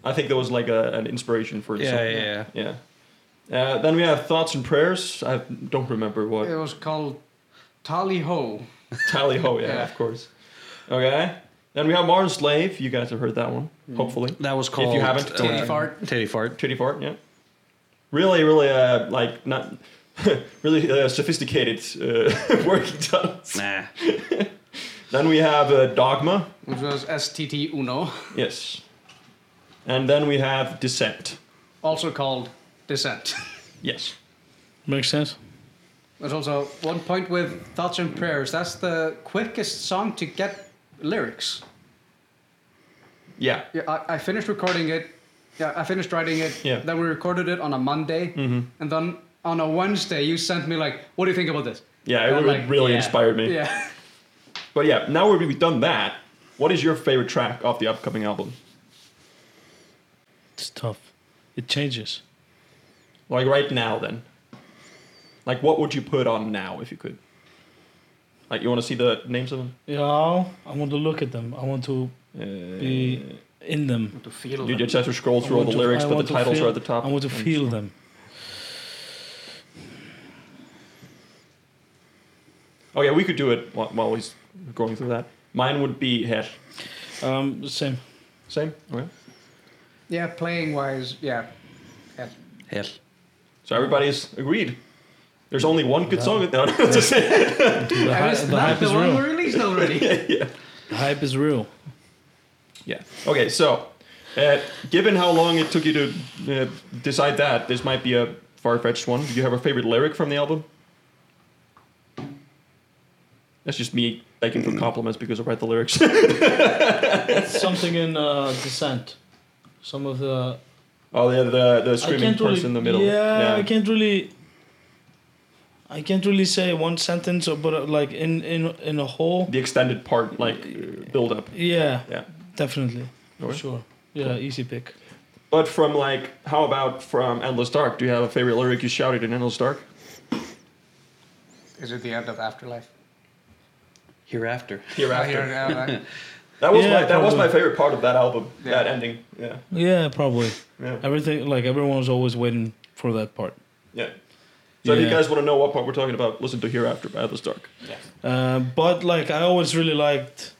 Speaker 1: I think that was like a, an inspiration for
Speaker 2: Yeah,
Speaker 1: something.
Speaker 2: yeah,
Speaker 1: yeah. Uh, then we have Thoughts and Prayers. I don't remember
Speaker 4: It
Speaker 1: what.
Speaker 4: was called Tally Ho.
Speaker 1: Tally ho, yeah,
Speaker 4: Yeah.
Speaker 1: of course. Okay. Then we have Modern Slave. You guys have heard that one, hopefully.
Speaker 2: Hmm. That was called.
Speaker 1: haven't,
Speaker 2: uh,
Speaker 4: Titty fart.
Speaker 2: Titty fart.
Speaker 1: Titty fart, yeah. Really, really, uh, like not really uh, sophisticated uh, working titles.
Speaker 2: Nah.
Speaker 1: Then we have uh, Dogma,
Speaker 4: which was STT Uno,
Speaker 1: yes, and then we have Descent,
Speaker 4: also called Descent.
Speaker 1: yes.
Speaker 3: Makes sense.
Speaker 4: There's also one point with Thoughts and Prayers. That's the quickest song to get lyrics.
Speaker 1: Yeah,
Speaker 4: Yeah, I, I finished recording it. Yeah, I finished writing it.
Speaker 1: Yeah.
Speaker 4: Then we recorded it on a Monday, and then on a Wednesday you sent me like, "What do you think about this?"
Speaker 1: yeah, it
Speaker 4: I'm
Speaker 1: really,
Speaker 4: like,
Speaker 1: really
Speaker 4: yeah.
Speaker 1: inspired me.
Speaker 4: Yeah.
Speaker 1: But yeah, now we've done that. What is your favorite track off the upcoming album?
Speaker 3: It's tough. It changes.
Speaker 1: Like right now, then. Like, what would you put on now if you could? Like, you want to see the names of them?
Speaker 3: Yeah, I want to look at them. I want to be in them.
Speaker 4: To feel
Speaker 1: You just have to scroll
Speaker 3: I
Speaker 1: through all
Speaker 3: want
Speaker 1: the
Speaker 3: to-
Speaker 1: lyrics,
Speaker 3: I
Speaker 1: but
Speaker 3: want
Speaker 1: the
Speaker 3: to
Speaker 1: titles
Speaker 3: feel-
Speaker 1: are at the top.
Speaker 3: I want to
Speaker 1: And
Speaker 3: feel them.
Speaker 1: Oh yeah, we could do it wh- while he's going through that. Mine would be Her.
Speaker 3: Um, same.
Speaker 1: Same. Okay.
Speaker 4: Yeah, playing wise, yeah. yeah.
Speaker 2: Hell.
Speaker 1: So everybody's agreed. There's only one good song. No, no, it's the same.
Speaker 3: The,
Speaker 4: And
Speaker 3: hy-
Speaker 4: it's
Speaker 3: the
Speaker 4: not
Speaker 3: hype
Speaker 4: the
Speaker 3: is
Speaker 4: one
Speaker 3: real.
Speaker 4: we released already.
Speaker 3: The hype is real.
Speaker 1: yeah. Okay. So, uh, given how long it took you to uh, decide that, this might be a far-fetched one. Do you have a favorite lyric from the album? That's just me begging for compliments because I write the lyrics.
Speaker 3: Something in uh, Descent. Some of the
Speaker 1: oh, yeah, the the
Speaker 3: I
Speaker 1: screaming
Speaker 3: can't
Speaker 1: parts
Speaker 3: really,
Speaker 1: in the middle.
Speaker 3: Yeah, I can't really. I can't really say one sentence, or, but uh, like in in in a whole.
Speaker 1: The extended part, like uh, build up.
Speaker 3: Yeah,
Speaker 1: Yeah.
Speaker 3: definitely, for
Speaker 1: Okay.
Speaker 3: sure. Yeah, easy pick.
Speaker 1: But from like, how about from Endless Dark? Do you have a favorite lyric you shouted in Endless Dark?
Speaker 4: Is it the end of afterlife?
Speaker 2: Hereafter.
Speaker 4: Uh, here, uh, uh,
Speaker 1: That was
Speaker 3: Yeah,
Speaker 1: my that was my
Speaker 3: probably.
Speaker 1: favorite part of that album.
Speaker 4: Yeah.
Speaker 1: That ending. Yeah.
Speaker 3: Yeah, probably.
Speaker 1: Yeah.
Speaker 3: Everything like everyone's always waiting for that part.
Speaker 1: Yeah. So if you
Speaker 3: Yeah.
Speaker 1: guys want to know what part we're talking about, listen to Hereafter by Atlas Dark.
Speaker 3: Uh, but like I always really liked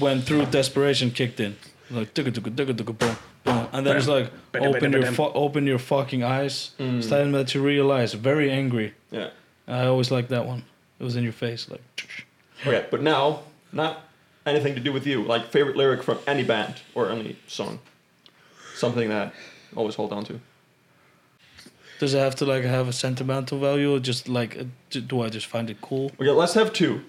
Speaker 3: when through desperation kicked in, like tuk tuk tuk tuk boom boom, and then it's like
Speaker 2: Bam, bam,
Speaker 3: open
Speaker 2: bam,
Speaker 3: your
Speaker 2: bam.
Speaker 1: Mm.
Speaker 3: fu- open your fucking eyes, starting that you realize very angry.
Speaker 1: Yeah.
Speaker 3: I always liked that one. It was in your face, like.
Speaker 1: Okay, but now, not anything to do with you. Like favorite lyric from any band or any song. Something that I always hold on to.
Speaker 3: Does it have to like have a sentimental value, or just like uh, d- do I just find it cool?
Speaker 1: Okay, let's have two.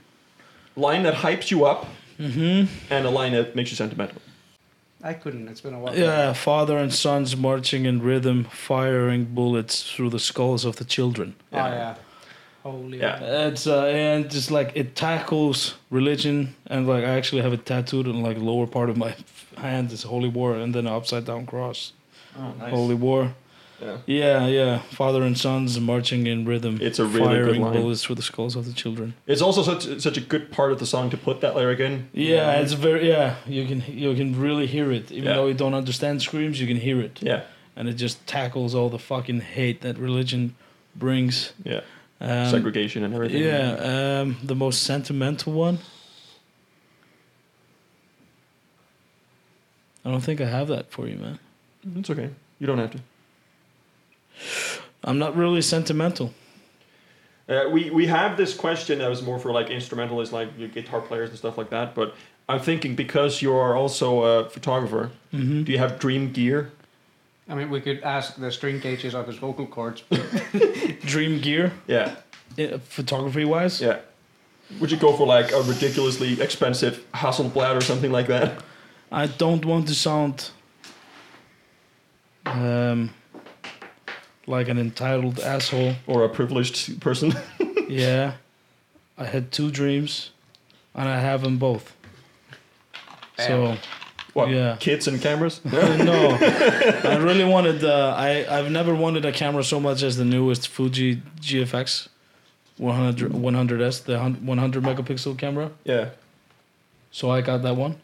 Speaker 1: Line that hypes you up,
Speaker 3: Mm-hmm.
Speaker 1: and a line that makes you sentimental.
Speaker 4: I couldn't. It's been a while.
Speaker 3: Yeah, father and sons marching in rhythm, firing bullets through the skulls of the children.
Speaker 4: Oh yeah. Holy.
Speaker 1: Yeah.
Speaker 3: It's uh, and just like it tackles religion, and like I actually have it tattooed on like lower part of my hand is holy war, and then an upside down cross,
Speaker 1: Oh, nice.
Speaker 3: holy war.
Speaker 1: Yeah.
Speaker 3: Yeah, yeah. Father and sons marching in rhythm.
Speaker 1: It's a really good
Speaker 3: firing
Speaker 1: line.
Speaker 3: bullets through the skulls of the children.
Speaker 1: It's also such such a good part of the song to put that lyric in.
Speaker 3: Yeah, it's very yeah. You can you can really hear it, even
Speaker 1: Yeah.
Speaker 3: though you don't understand screams, you can hear it,
Speaker 1: Yeah,
Speaker 3: and it just tackles all the fucking hate that religion brings.
Speaker 1: yeah.
Speaker 3: Um,
Speaker 1: Segregation and everything.
Speaker 3: Yeah, um, the most sentimental one. I don't think I have that for you, man.
Speaker 1: it's okay. You don't have to.
Speaker 3: I'm not really sentimental.
Speaker 1: Uh, we we have this question that was more for like instrumentalists, like your guitar players and stuff like that. But I'm thinking because you are also a photographer,
Speaker 3: Mm-hmm.
Speaker 1: do you have dream gear?
Speaker 4: I mean, we could ask the string gauges of his vocal cords.
Speaker 3: Dream gear, uh,
Speaker 1: Yeah,
Speaker 3: photography wise.
Speaker 1: yeah. Would you go for like a ridiculously expensive Hasselblad or something like that?
Speaker 3: I don't want to sound um, like an entitled asshole.
Speaker 1: Or a privileged person?
Speaker 3: yeah, I had two dreams, and I have them both. So.
Speaker 4: Damn.
Speaker 1: what?
Speaker 3: Yeah.
Speaker 1: Kids and cameras?
Speaker 3: no, I really wanted. Uh, I I've never wanted a camera so much as the newest Fuji GFX 100 100s, the hun- 100 megapixel camera.
Speaker 1: yeah.
Speaker 3: So I got that one,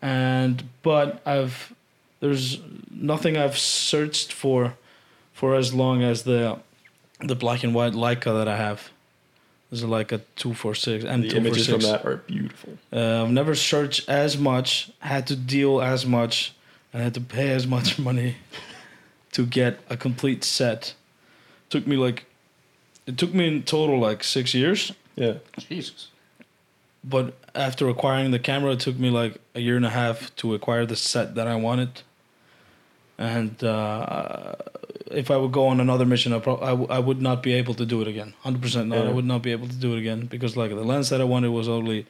Speaker 3: and but I've there's nothing I've searched for for as long as the the black and white Leica that I have. There's like a two four six and
Speaker 1: The
Speaker 3: two four
Speaker 1: images from
Speaker 3: six.
Speaker 1: that are beautiful.
Speaker 3: Uh, I've never searched as much, had to deal as much, and had to pay as much money to get a complete set. Took me like, it took me in total like six years,
Speaker 1: Yeah.
Speaker 4: Jesus.
Speaker 3: but after acquiring the camera, it took me like a year and a half to acquire the set that I wanted. And uh, if I would go on another mission, I, pro- I, w- I would not be able to do it again. 100% not.
Speaker 1: Yeah.
Speaker 3: I would not be able to do it again because, like, the lens that I wanted was only,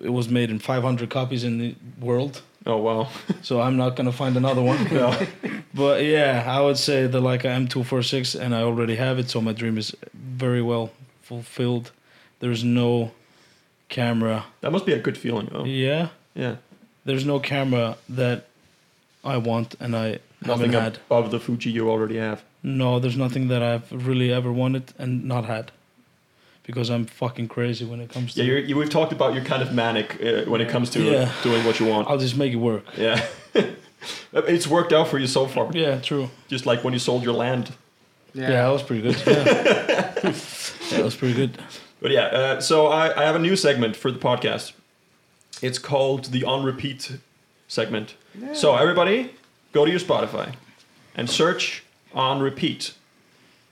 Speaker 3: it was made in 500 copies in the world.
Speaker 1: Oh wow.
Speaker 3: So I'm not going to find another one.
Speaker 1: Yeah.
Speaker 3: But yeah, I would say the Leica M246, and I already have it, so my dream is very well fulfilled. There's no camera.
Speaker 1: that must be a good feeling though.
Speaker 3: Yeah.
Speaker 1: Yeah.
Speaker 3: there's no camera that I want and I
Speaker 1: Nothing
Speaker 3: haven't
Speaker 1: ab-
Speaker 3: had.
Speaker 1: of the Fuji you already have.
Speaker 3: No, there's nothing that I've really ever wanted and not had. Because I'm fucking crazy when it comes to.
Speaker 1: Yeah, you're, you, we've talked about you're kind of manic uh, when it comes to
Speaker 3: Yeah.
Speaker 1: doing what you want.
Speaker 3: I'll just make it work.
Speaker 1: Yeah. it's worked out for you so far.
Speaker 3: Yeah, true.
Speaker 1: Just like when you sold your land.
Speaker 3: Yeah, that was pretty good. Yeah. Yeah, that was pretty good.
Speaker 1: But yeah, uh, so I, I have a new segment for the podcast. It's called the On Repeat segment. So everybody, go to your Spotify and search On Repeat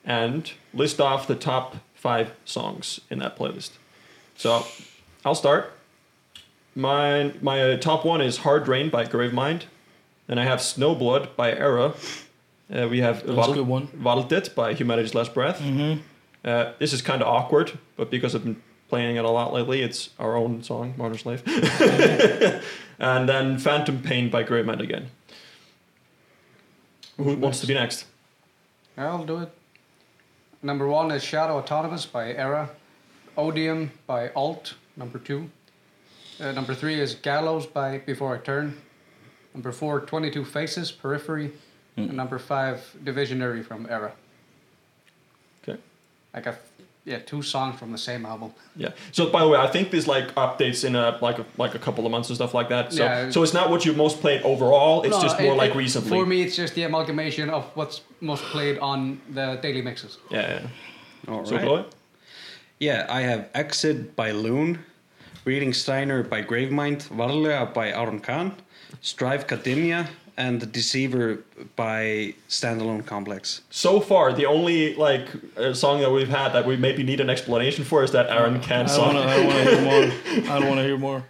Speaker 1: and list off the top five songs in that playlist. So I'll start. My, my uh, top one is Hard Rain by Gravemind. Then I have Snowblood by Era. Uh, we have
Speaker 3: That's a good one. Mm-hmm.
Speaker 1: Valdet by Humanity's Last Breath. Uh, this is kind of awkward, but because I've been playing it a lot lately, it's our own song, Modern Slave. and then Phantom Pain by Great Man again. Who wants to be next?
Speaker 4: I'll do it. Number one is Shadow Autonomous by Era, Odium by Alt. Number two. Uh, number three is Gallows by Before I Turn. Number four, 22 Faces, Periphery. And number five, Divisionary from Era.
Speaker 1: Okay.
Speaker 4: Like a, yeah, two songs from the same album.
Speaker 1: Yeah. So by the way, I think there's like updates in a like a, like a couple of months and stuff like that. So
Speaker 4: Yeah.
Speaker 1: so it's not what you most played overall. It's
Speaker 4: No,
Speaker 1: just more
Speaker 4: it-
Speaker 1: like
Speaker 4: it-
Speaker 1: recently.
Speaker 4: For me, it's just the amalgamation of what's most played on the daily mixes.
Speaker 1: Yeah. yeah.
Speaker 2: All
Speaker 1: So
Speaker 2: right.
Speaker 1: Chloe?
Speaker 2: Yeah, I have Exit by Loon, Reading Steiner by Gravemind, Varlega by Aron Khan, Strive Academia and The Deceiver by Standalone Complex.
Speaker 1: So far, the only like uh, song that we've had that we maybe need an explanation for is that Aaron Can
Speaker 3: I don't
Speaker 1: song.
Speaker 3: wanna- I don't want to hear more. I don't want to hear more.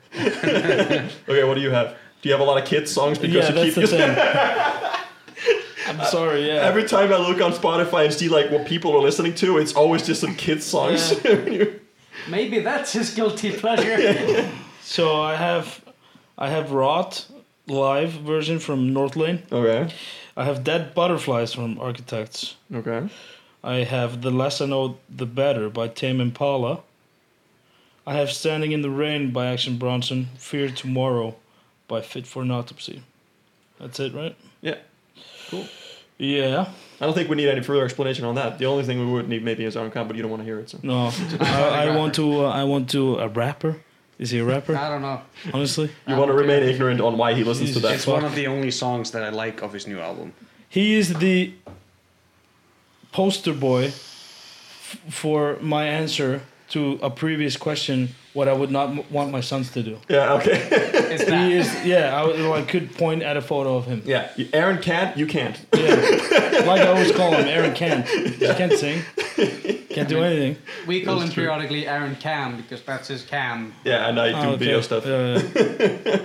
Speaker 1: Okay, what do you have? Do you have a lot of kids songs because
Speaker 3: yeah,
Speaker 1: you
Speaker 3: that's
Speaker 1: keep
Speaker 3: the thing. I'm sorry. Yeah.
Speaker 1: Every time I look on Spotify and see like what people are listening to, it's always just some kids songs.
Speaker 4: Maybe that's his guilty pleasure.
Speaker 3: so I have, I have Rot live version from North Lane.
Speaker 1: okay.
Speaker 3: I have Dead Butterflies from Architects.
Speaker 1: Okay.
Speaker 3: I have The Less I Know, The Better by Tame Impala. I have Standing in the Rain by Action Bronson. Fear Tomorrow by Fit for an Autopsy. That's it, right?
Speaker 1: Yeah. Cool.
Speaker 3: Yeah.
Speaker 1: I don't think we need any further explanation on that. The only thing we would need maybe is Aaron Can, but you don't want to hear it. So.
Speaker 3: No, I, I want to. Uh, I want to. A rapper? Is he a rapper?
Speaker 4: I don't know.
Speaker 3: Honestly,
Speaker 1: You want to
Speaker 4: Okay.
Speaker 1: remain ignorant on why he listens to
Speaker 3: Jesus.
Speaker 1: that.
Speaker 2: It's one of the only songs that I like of his new album.
Speaker 3: he is the poster boy f- for my answer to a previous question. What I would not m- want my sons to do.
Speaker 1: Yeah. Okay.
Speaker 4: It's that.
Speaker 3: He is. Yeah, I, would, I could point at a photo of him.
Speaker 1: yeah. Aaron can't. You can't.
Speaker 3: Yeah. like I always call him, Aaron can't. He can't sing. Can't do anything.
Speaker 4: We call him
Speaker 1: That's true.
Speaker 4: periodically Aaron Cam because that's his cam.
Speaker 1: Yeah, and I do
Speaker 3: Oh,
Speaker 1: video
Speaker 3: okay.
Speaker 1: stuff.
Speaker 3: Yeah, yeah.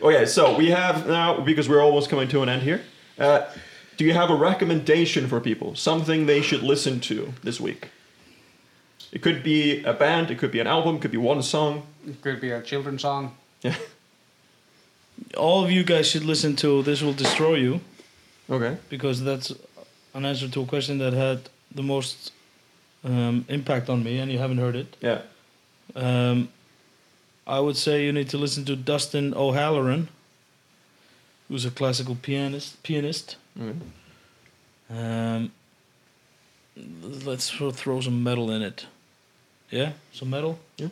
Speaker 1: Okay, so we have now because we're almost coming to an end here. Uh, do you have a recommendation for people? Something they should listen to this week? It could be a band. It could be an album. It could be one song.
Speaker 4: It could be a children's song.
Speaker 1: Yeah.
Speaker 3: All of you guys should listen to This Will Destroy You
Speaker 1: Okay.
Speaker 3: because that's an answer to a question that had the most um, impact on me, and you haven't heard it.
Speaker 1: Yeah.
Speaker 3: Um, I would say you need to listen to Dustin O'Halloran, who's a classical pianist. Pianist.
Speaker 1: Okay. Mm-hmm.
Speaker 3: Um, let's throw, throw some metal in it. Yeah, some metal.
Speaker 1: Yeah.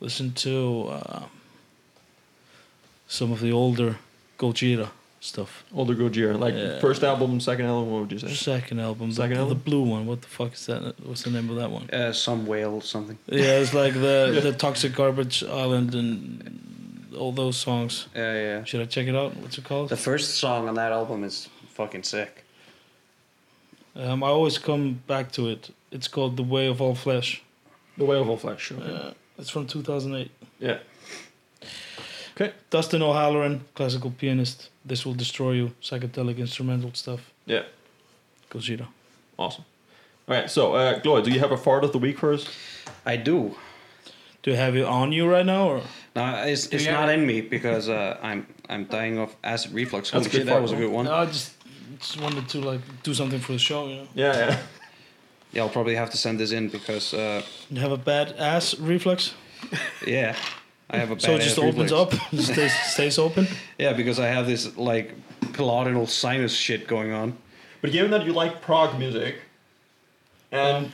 Speaker 3: Listen to uh, some of the older Gojira stuff.
Speaker 1: Older Gojira, like
Speaker 3: Yeah.
Speaker 1: first album, second album. What would you say?
Speaker 3: Second album, the-
Speaker 1: Second
Speaker 3: the,
Speaker 1: album?
Speaker 3: blue one. What the fuck is that? What's the name of that one?
Speaker 2: Uh, some whale, something.
Speaker 3: Yeah, it's like the the Toxic Garbage Island and all those songs.
Speaker 2: Yeah, Uh, yeah.
Speaker 3: Should I check it out? What's it called?
Speaker 2: The first song on that album is fucking sick.
Speaker 3: Um, I always come back to it. It's called The Way of All Flesh.
Speaker 1: The Way of All Flesh. okay.
Speaker 3: Uh, it's from 2008.
Speaker 1: Yeah.
Speaker 3: Dustin O'Halloran, classical pianist. This will destroy you. Psychedelic instrumental stuff.
Speaker 1: Yeah.
Speaker 3: Gojira.
Speaker 1: Awesome. All right. So, uh, Gloy, do you have a fart of the week for us?
Speaker 2: I do.
Speaker 3: Do you have it on you right now, or
Speaker 2: Now it's, it's
Speaker 4: you
Speaker 2: not
Speaker 4: have-
Speaker 2: in me because uh, I'm I'm dying of acid reflux.
Speaker 1: That's
Speaker 2: Holy
Speaker 1: a good
Speaker 2: shit, that
Speaker 1: fart,
Speaker 2: was a
Speaker 1: man.
Speaker 2: good one.
Speaker 3: no? I just just wanted to like do something for the show. You know,
Speaker 1: Yeah. Yeah.
Speaker 2: Yeah, I'll probably have to send this in because uh,
Speaker 3: you have a bad ass reflux,
Speaker 2: yeah, I have a bad
Speaker 3: so it just
Speaker 2: ass
Speaker 3: opens
Speaker 2: reflux.
Speaker 3: up, it stays, stays open.
Speaker 2: Yeah, because I have this like pilotidal sinus shit going on.
Speaker 1: But given that you like prog music, and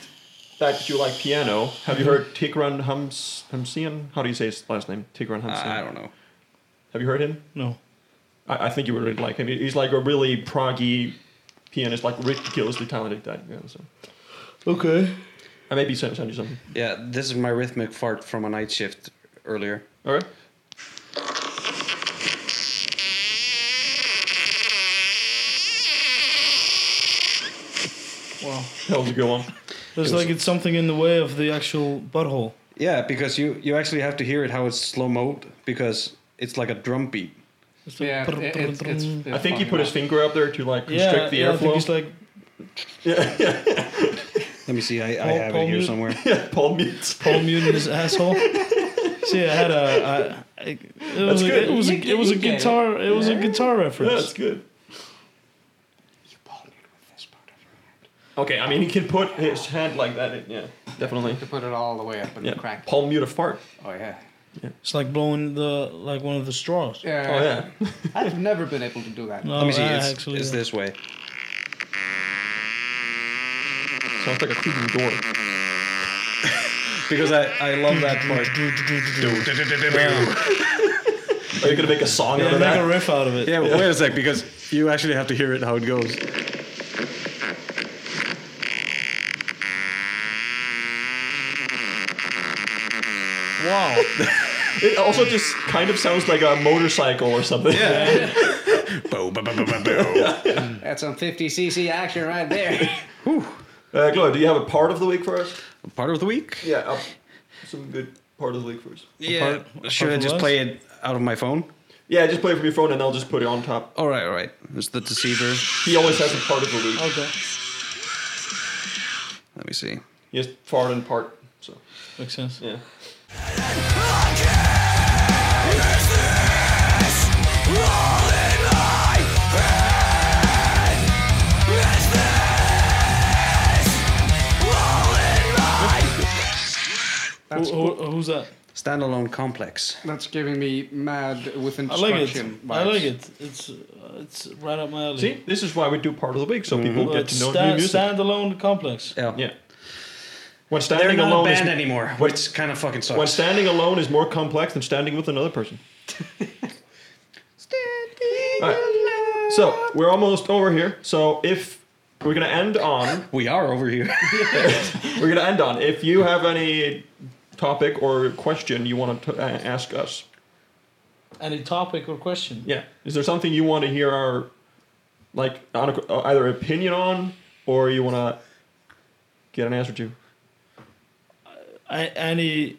Speaker 1: that you like piano, have you heard Tigran Hams Hamsian? How do you say his last name? Tigran Hamsian.
Speaker 2: I, I don't know.
Speaker 1: Have you heard him?
Speaker 3: No,
Speaker 1: I, I think you would really like him. He- He's like a really proggy pianist, like ridiculously talented guy. Yeah, so.
Speaker 3: okay.
Speaker 1: I maybe send, send you something.
Speaker 2: Yeah, this is my rhythmic fart from a night shift earlier.
Speaker 1: All right.
Speaker 3: Wow,
Speaker 1: That was a good one.
Speaker 3: there's
Speaker 1: It was-
Speaker 3: like it's something in the way of the actual butthole.
Speaker 2: Yeah, because you you actually have to hear it how it's slow mode because it's like a drum beat.
Speaker 3: It's like
Speaker 4: Yeah,
Speaker 3: brr,
Speaker 4: it-
Speaker 3: brr,
Speaker 4: it's,
Speaker 3: brr.
Speaker 4: it's,
Speaker 1: I think he
Speaker 4: fucking
Speaker 1: put his
Speaker 4: awesome.
Speaker 1: finger up there to like
Speaker 3: yeah,
Speaker 1: constrict the
Speaker 3: yeah, I think it's
Speaker 1: airflow.
Speaker 3: like
Speaker 2: Let me see. I, I
Speaker 3: Paul-
Speaker 2: have
Speaker 3: Paul
Speaker 2: it here
Speaker 3: Newton.
Speaker 2: somewhere.
Speaker 1: Yeah, Paul mutes.
Speaker 3: Paul Mutant in his asshole. See, I had a. I- I- it
Speaker 1: That's
Speaker 3: was a,
Speaker 1: good.
Speaker 3: It was
Speaker 4: You
Speaker 3: a,
Speaker 4: get-
Speaker 3: it was a
Speaker 4: you get it.
Speaker 3: guitar. It was a guitar
Speaker 1: Yeah,
Speaker 3: reference.
Speaker 1: that's good. Okay, I mean he can put his hand like that. in- Yeah, definitely.
Speaker 4: To put it all the way up and
Speaker 1: Yeah.
Speaker 4: crack.
Speaker 1: Paul mute a fart.
Speaker 4: Oh yeah.
Speaker 3: It's like blowing the like one of the straws.
Speaker 4: Yeah.
Speaker 1: Oh yeah.
Speaker 4: I've never been able to do that.
Speaker 3: No,
Speaker 2: Let me see.
Speaker 3: I
Speaker 2: It's,
Speaker 3: Oh, actually,
Speaker 2: it's this way.
Speaker 1: Sounds like a creaking door.
Speaker 2: Because I, I love that part.
Speaker 1: Are you gonna make a song out
Speaker 3: Yeah,
Speaker 1: of
Speaker 3: make a
Speaker 1: that?
Speaker 3: riff out of it.
Speaker 2: Yeah, but wait a sec, because you actually have to hear it how it goes.
Speaker 3: Wow.
Speaker 1: It also just kind of sounds like a motorcycle or something.
Speaker 2: Yeah. Boo, boo, boo, boo, boo, boo.
Speaker 5: That's some 50cc action right there.
Speaker 1: Uh, Glow, do you have a part of the week for us?
Speaker 2: Part of the week?
Speaker 1: Yeah, uh, some good part of the week for us.
Speaker 2: Yeah.
Speaker 3: apart
Speaker 2: Should I
Speaker 3: from
Speaker 2: just
Speaker 3: us?
Speaker 2: play it out of my phone?
Speaker 1: Yeah, just play it from your phone and I'll just put it on top.
Speaker 2: All right, all right. It's the deceiver.
Speaker 1: He always has a part of the week.
Speaker 3: Okay.
Speaker 2: Let me see.
Speaker 1: Yes, part and part. So
Speaker 3: Makes sense.
Speaker 1: yeah.
Speaker 3: Who, who, who's that?
Speaker 2: Standalone complex.
Speaker 5: That's giving me mad with
Speaker 3: I like it.
Speaker 5: instruction.
Speaker 3: I
Speaker 5: vibes.
Speaker 3: like it. It's uh, it's right up my alley.
Speaker 1: See, Mm-hmm. this is why we do part of the week, so people
Speaker 3: Well,
Speaker 1: get
Speaker 3: it's
Speaker 1: to know
Speaker 3: sta-
Speaker 1: new music.
Speaker 3: standalone complex.
Speaker 2: Yeah.
Speaker 1: yeah. When
Speaker 2: They're
Speaker 1: standing
Speaker 2: not a
Speaker 1: alone
Speaker 2: band
Speaker 1: is
Speaker 2: anymore, which kind of fucking sucks.
Speaker 1: when standing alone is more complex than standing with another person. All right. So we're almost over here. So if we're gonna end on,
Speaker 2: we are over here.
Speaker 1: we're gonna end on. If you have any topic or question you want to uh, ask us,
Speaker 3: Any topic or question?
Speaker 1: Yeah. Is there something you want to hear our, like, on a, either opinion on, or you want to get an answer to?
Speaker 3: I, any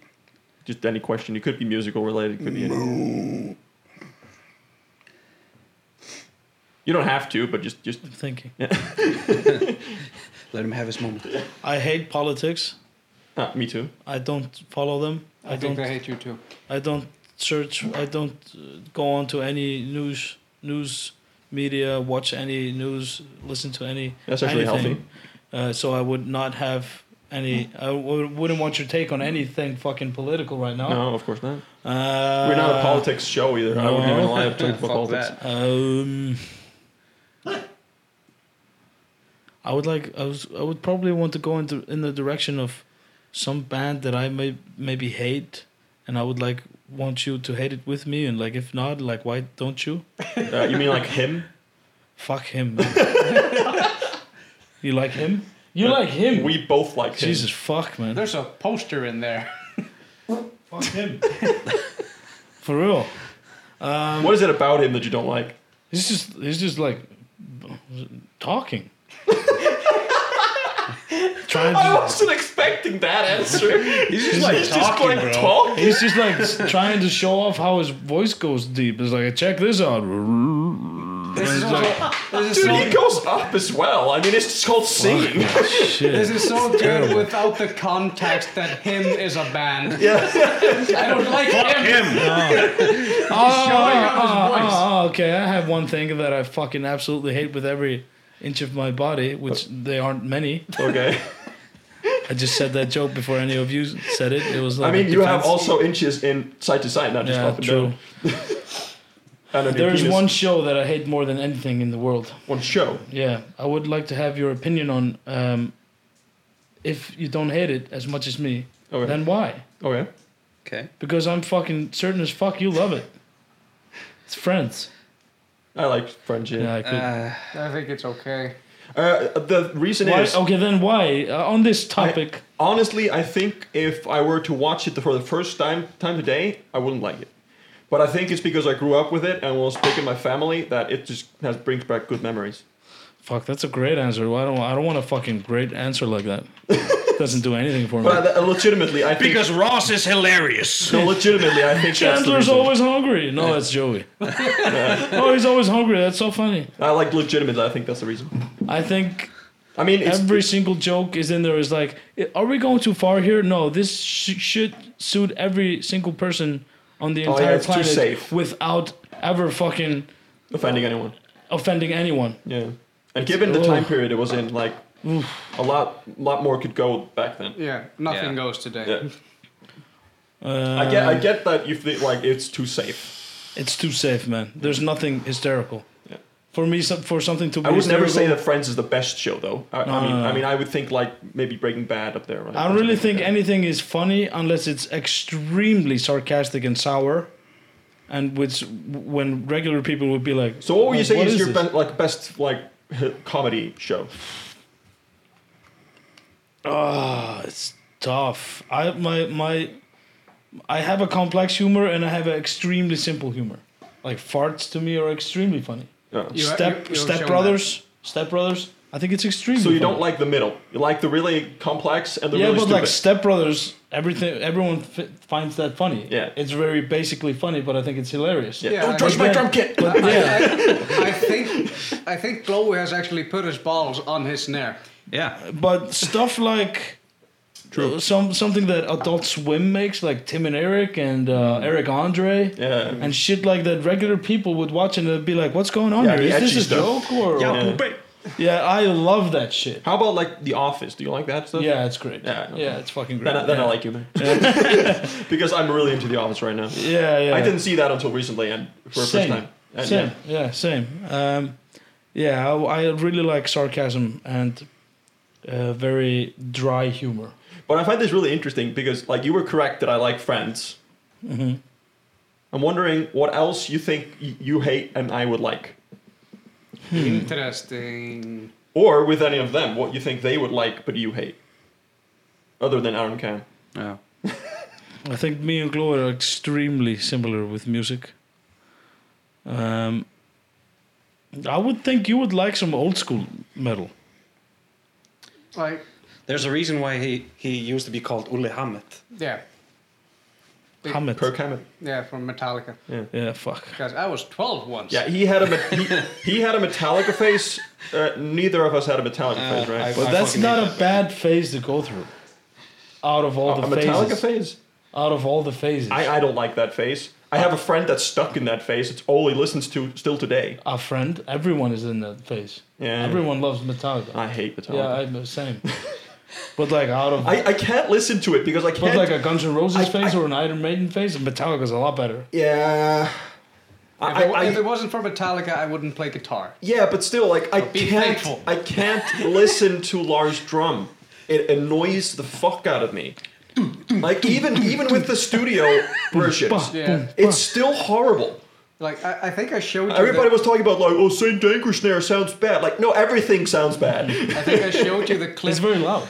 Speaker 1: Just any question. It could be musical related. Could be. Any. You don't have to, but just just
Speaker 3: thinking?
Speaker 2: Let him have his moment.
Speaker 3: I hate politics.
Speaker 1: ah, me too.
Speaker 3: I don't follow them. I,
Speaker 5: I
Speaker 3: don't.
Speaker 5: think I hate you too.
Speaker 3: I don't search. I don't uh, go on to any news news media. Watch any news. Listen to any.
Speaker 1: That's actually
Speaker 3: anything. Uh, so I would not have any. I w- wouldn't want your take on anything fucking political right now.
Speaker 1: No, of course not.
Speaker 3: Uh,
Speaker 1: We're not a politics show either. I wouldn't
Speaker 3: no.
Speaker 1: even lie up to
Speaker 2: Fuck
Speaker 1: politics.
Speaker 2: that.
Speaker 3: Um, I would like. I was. I would probably want to go into in the direction of some band that I may maybe hate, and I would like want you to hate it with me, and like if not, like why don't you?
Speaker 1: Uh, you mean like him?
Speaker 3: Fuck him. Man. you like him? You like him?
Speaker 1: We both like him.
Speaker 3: Jesus fuck man.
Speaker 4: There's a poster in there.
Speaker 3: fuck him. For real.
Speaker 1: what is it about him that you don't like?
Speaker 3: He's just. He's just like talking. Trying to.
Speaker 1: wasn't expecting that answer. He's just like
Speaker 2: talking, bro.
Speaker 1: talking.
Speaker 3: He's just like s- trying to show off how his voice goes deep. It's like, check this out.
Speaker 5: This is, also, this is
Speaker 1: Dude, he
Speaker 5: so,
Speaker 1: goes up as well. I mean, it's just called singing.
Speaker 3: Shit.
Speaker 5: this is so good without the context that him is a band. I don't like him.
Speaker 3: Oh,
Speaker 5: showing off his
Speaker 3: oh,
Speaker 5: voice.
Speaker 3: oh, okay. I have one thing that I fucking absolutely hate with every inch of my body, which they aren't many.
Speaker 1: okay.
Speaker 3: I just said that joke before any of you said it. It was
Speaker 1: I
Speaker 3: like,
Speaker 1: mean,
Speaker 3: a
Speaker 1: you have
Speaker 3: defense.
Speaker 1: also inches in side to side, not just
Speaker 3: Yeah,
Speaker 1: up and
Speaker 3: true.
Speaker 1: down. And on your
Speaker 3: There is
Speaker 1: penis.
Speaker 3: one show that I hate more than anything in the world.
Speaker 1: one show.
Speaker 3: Yeah, I would like to have your opinion on um, if you don't hate it as much as me,
Speaker 1: Okay.
Speaker 3: then why?
Speaker 1: okay.
Speaker 2: Okay.
Speaker 3: Because I'm fucking certain as fuck you love it. It's friends.
Speaker 1: I like French.
Speaker 3: Yeah,
Speaker 1: Yeah.
Speaker 3: I could.
Speaker 2: Uh,
Speaker 5: I think it's okay.
Speaker 1: Uh, the reason
Speaker 3: why,
Speaker 1: is
Speaker 3: okay, then why? Uh, on this topic,
Speaker 1: honestly, I think if I were to watch it for the first time time today, I wouldn't like it. But I think it's because I grew up with it and was big in my family that it just has brings back good memories.
Speaker 3: fuck, that's a great answer. Why don't I don't want a fucking great answer like that. Doesn't do anything for me.
Speaker 1: But uh, legitimately, I think
Speaker 2: Ross is hilarious.
Speaker 1: no, legitimately, I think that's the
Speaker 3: Chandler's
Speaker 1: reason.
Speaker 3: always hungry. No, that's Joey. oh, he's always hungry. That's so funny.
Speaker 1: I like legitimately. I think that's the reason.
Speaker 3: I think
Speaker 1: I mean, it's,
Speaker 3: every single joke is in there is like, "I- are we going too far here? No, this sh- should suit every single person on the
Speaker 1: Oh, yeah,
Speaker 3: entire
Speaker 1: it's too
Speaker 3: planet
Speaker 1: safe.
Speaker 3: without ever fucking
Speaker 1: offending anyone.
Speaker 3: offending anyone.
Speaker 1: Yeah. And given the
Speaker 3: oh.
Speaker 1: time period it was in, like a lot, lot more could go back then.
Speaker 5: Yeah, nothing
Speaker 2: Yeah.
Speaker 5: goes today.
Speaker 1: Yeah.
Speaker 3: Uh,
Speaker 1: I get, I get that if they, like it's too safe.
Speaker 3: It's too safe, man. There's nothing hysterical.
Speaker 1: Yeah.
Speaker 3: For me, some, for something to be
Speaker 1: I would never say
Speaker 3: hysterical-
Speaker 1: that Friends is the best show, though. I, I
Speaker 3: No,
Speaker 1: mean,
Speaker 3: no, no.
Speaker 1: I mean, I would think like maybe Breaking Bad up there. Right?
Speaker 3: I
Speaker 1: Or
Speaker 3: don't really
Speaker 1: something
Speaker 3: think
Speaker 1: like
Speaker 3: anything is funny unless it's extremely sarcastic and sour, and which when regular people would be like.
Speaker 1: that. So what would you
Speaker 3: "Like,
Speaker 1: say is,
Speaker 3: is
Speaker 1: your
Speaker 3: this?"
Speaker 1: best, like best like comedy show?
Speaker 3: Ah, it's tough. I my my, I have a complex humor and I have an extremely simple humor. Like farts to me are extremely funny.
Speaker 1: Yeah.
Speaker 4: You- you-
Speaker 3: Step
Speaker 4: you've shown
Speaker 3: Step
Speaker 4: that.
Speaker 3: Brothers. Step Brothers. I think it's extremely.
Speaker 1: So you
Speaker 3: fun.
Speaker 1: don't like the middle. You like the really complex and the
Speaker 3: yeah,
Speaker 1: really
Speaker 3: but
Speaker 1: stupid.
Speaker 3: like Step Brothers, everything everyone f- finds that funny.
Speaker 1: Yeah.
Speaker 3: it's very basically funny, but I think it's hilarious.
Speaker 1: yeah.
Speaker 4: Yeah,
Speaker 1: Don't
Speaker 4: I
Speaker 1: touch
Speaker 3: mean,
Speaker 1: my
Speaker 3: then-
Speaker 1: drum kit.
Speaker 3: But yeah,
Speaker 4: I think I think Glowy has actually put his balls on his snare.
Speaker 2: Yeah.
Speaker 3: but stuff like uh,
Speaker 1: True.
Speaker 3: some something that Adult Swim makes, like Tim and Eric and uh, Eric Andre.
Speaker 1: Yeah.
Speaker 3: And shit like that, regular people would watch and they'd be like, "What's going on
Speaker 1: Yeah,
Speaker 3: here?
Speaker 1: the
Speaker 3: Is
Speaker 1: edgy
Speaker 3: this a
Speaker 1: stuff.
Speaker 3: joke or?"
Speaker 2: Yeah.
Speaker 3: Yeah, I love that shit.
Speaker 1: How about like The Office? Do you like that stuff?
Speaker 3: Yeah, it's great.
Speaker 1: Yeah,
Speaker 3: Yeah,
Speaker 1: okay.
Speaker 3: it's fucking great.
Speaker 1: Then, I- then
Speaker 3: yeah.
Speaker 1: I like you, man. because I'm really into The Office right now.
Speaker 3: Yeah, yeah.
Speaker 1: I didn't see that until recently, and for the first
Speaker 3: Same.
Speaker 1: time. Uh, And
Speaker 3: Same. Yeah, same. Um, yeah, I, I really like sarcasm and uh, very dry humor.
Speaker 1: yeah. But I find this really interesting because, like, you were correct that I like Friends. I'm wondering what else you think y- you hate and I would like,
Speaker 4: Interesting.
Speaker 1: or with any of them, what you think they would like but you hate, other than Aaron Cam.
Speaker 2: Yeah.
Speaker 3: I think me and Glory are extremely similar with music. Um, I would think you would like some old school metal.
Speaker 4: Like,
Speaker 2: There's a reason why he, he used to be called Ulle Hammett.
Speaker 4: yeah, Big-
Speaker 3: Hammett.
Speaker 1: Kirk Hammett.
Speaker 4: yeah, from Metallica.
Speaker 3: yeah, fuck.
Speaker 4: Guys, I was 12 once.
Speaker 1: Yeah, he had a me- he, he had a Metallica face. Uh, neither of us had a Metallica face, right?
Speaker 2: I-
Speaker 3: But
Speaker 2: I
Speaker 3: that's
Speaker 2: fucking
Speaker 3: not
Speaker 2: hate
Speaker 3: a bad phase to go through. Out of all
Speaker 1: a
Speaker 3: the phases.
Speaker 1: Metallica face.
Speaker 3: Out of all the phases.
Speaker 1: I, I don't like that face. I have a friend that's stuck in that face. It's all he listens to still today.
Speaker 3: Our friend, everyone is in that phase.
Speaker 1: Yeah.
Speaker 3: Everyone loves Metallica.
Speaker 1: I hate
Speaker 3: Yeah,
Speaker 1: Metallica.
Speaker 3: I'm the same. but like out of
Speaker 1: I, I, can't listen to it because I
Speaker 3: but
Speaker 1: can't.
Speaker 3: like a Guns N' Roses
Speaker 1: I-
Speaker 3: phase or an Iron Maiden phase, Metallica's a lot better.
Speaker 1: yeah. I,
Speaker 4: If it,
Speaker 1: I-
Speaker 4: if it wasn't for Metallica, I wouldn't play guitar.
Speaker 1: yeah, but still, like I
Speaker 4: Be
Speaker 1: can't.
Speaker 4: thankful.
Speaker 1: I can't listen to Lars Drum. It annoys the fuck out of me. Like even even with the studio versions,
Speaker 4: Yeah.
Speaker 1: it's still horrible.
Speaker 4: Like, I, I think I showed you.
Speaker 1: Everybody
Speaker 4: the,
Speaker 1: was talking about like, oh, Saint Anger Snare sounds bad. Like, no, everything sounds bad.
Speaker 4: I think I showed you the
Speaker 3: It's
Speaker 4: clip.
Speaker 3: very loud.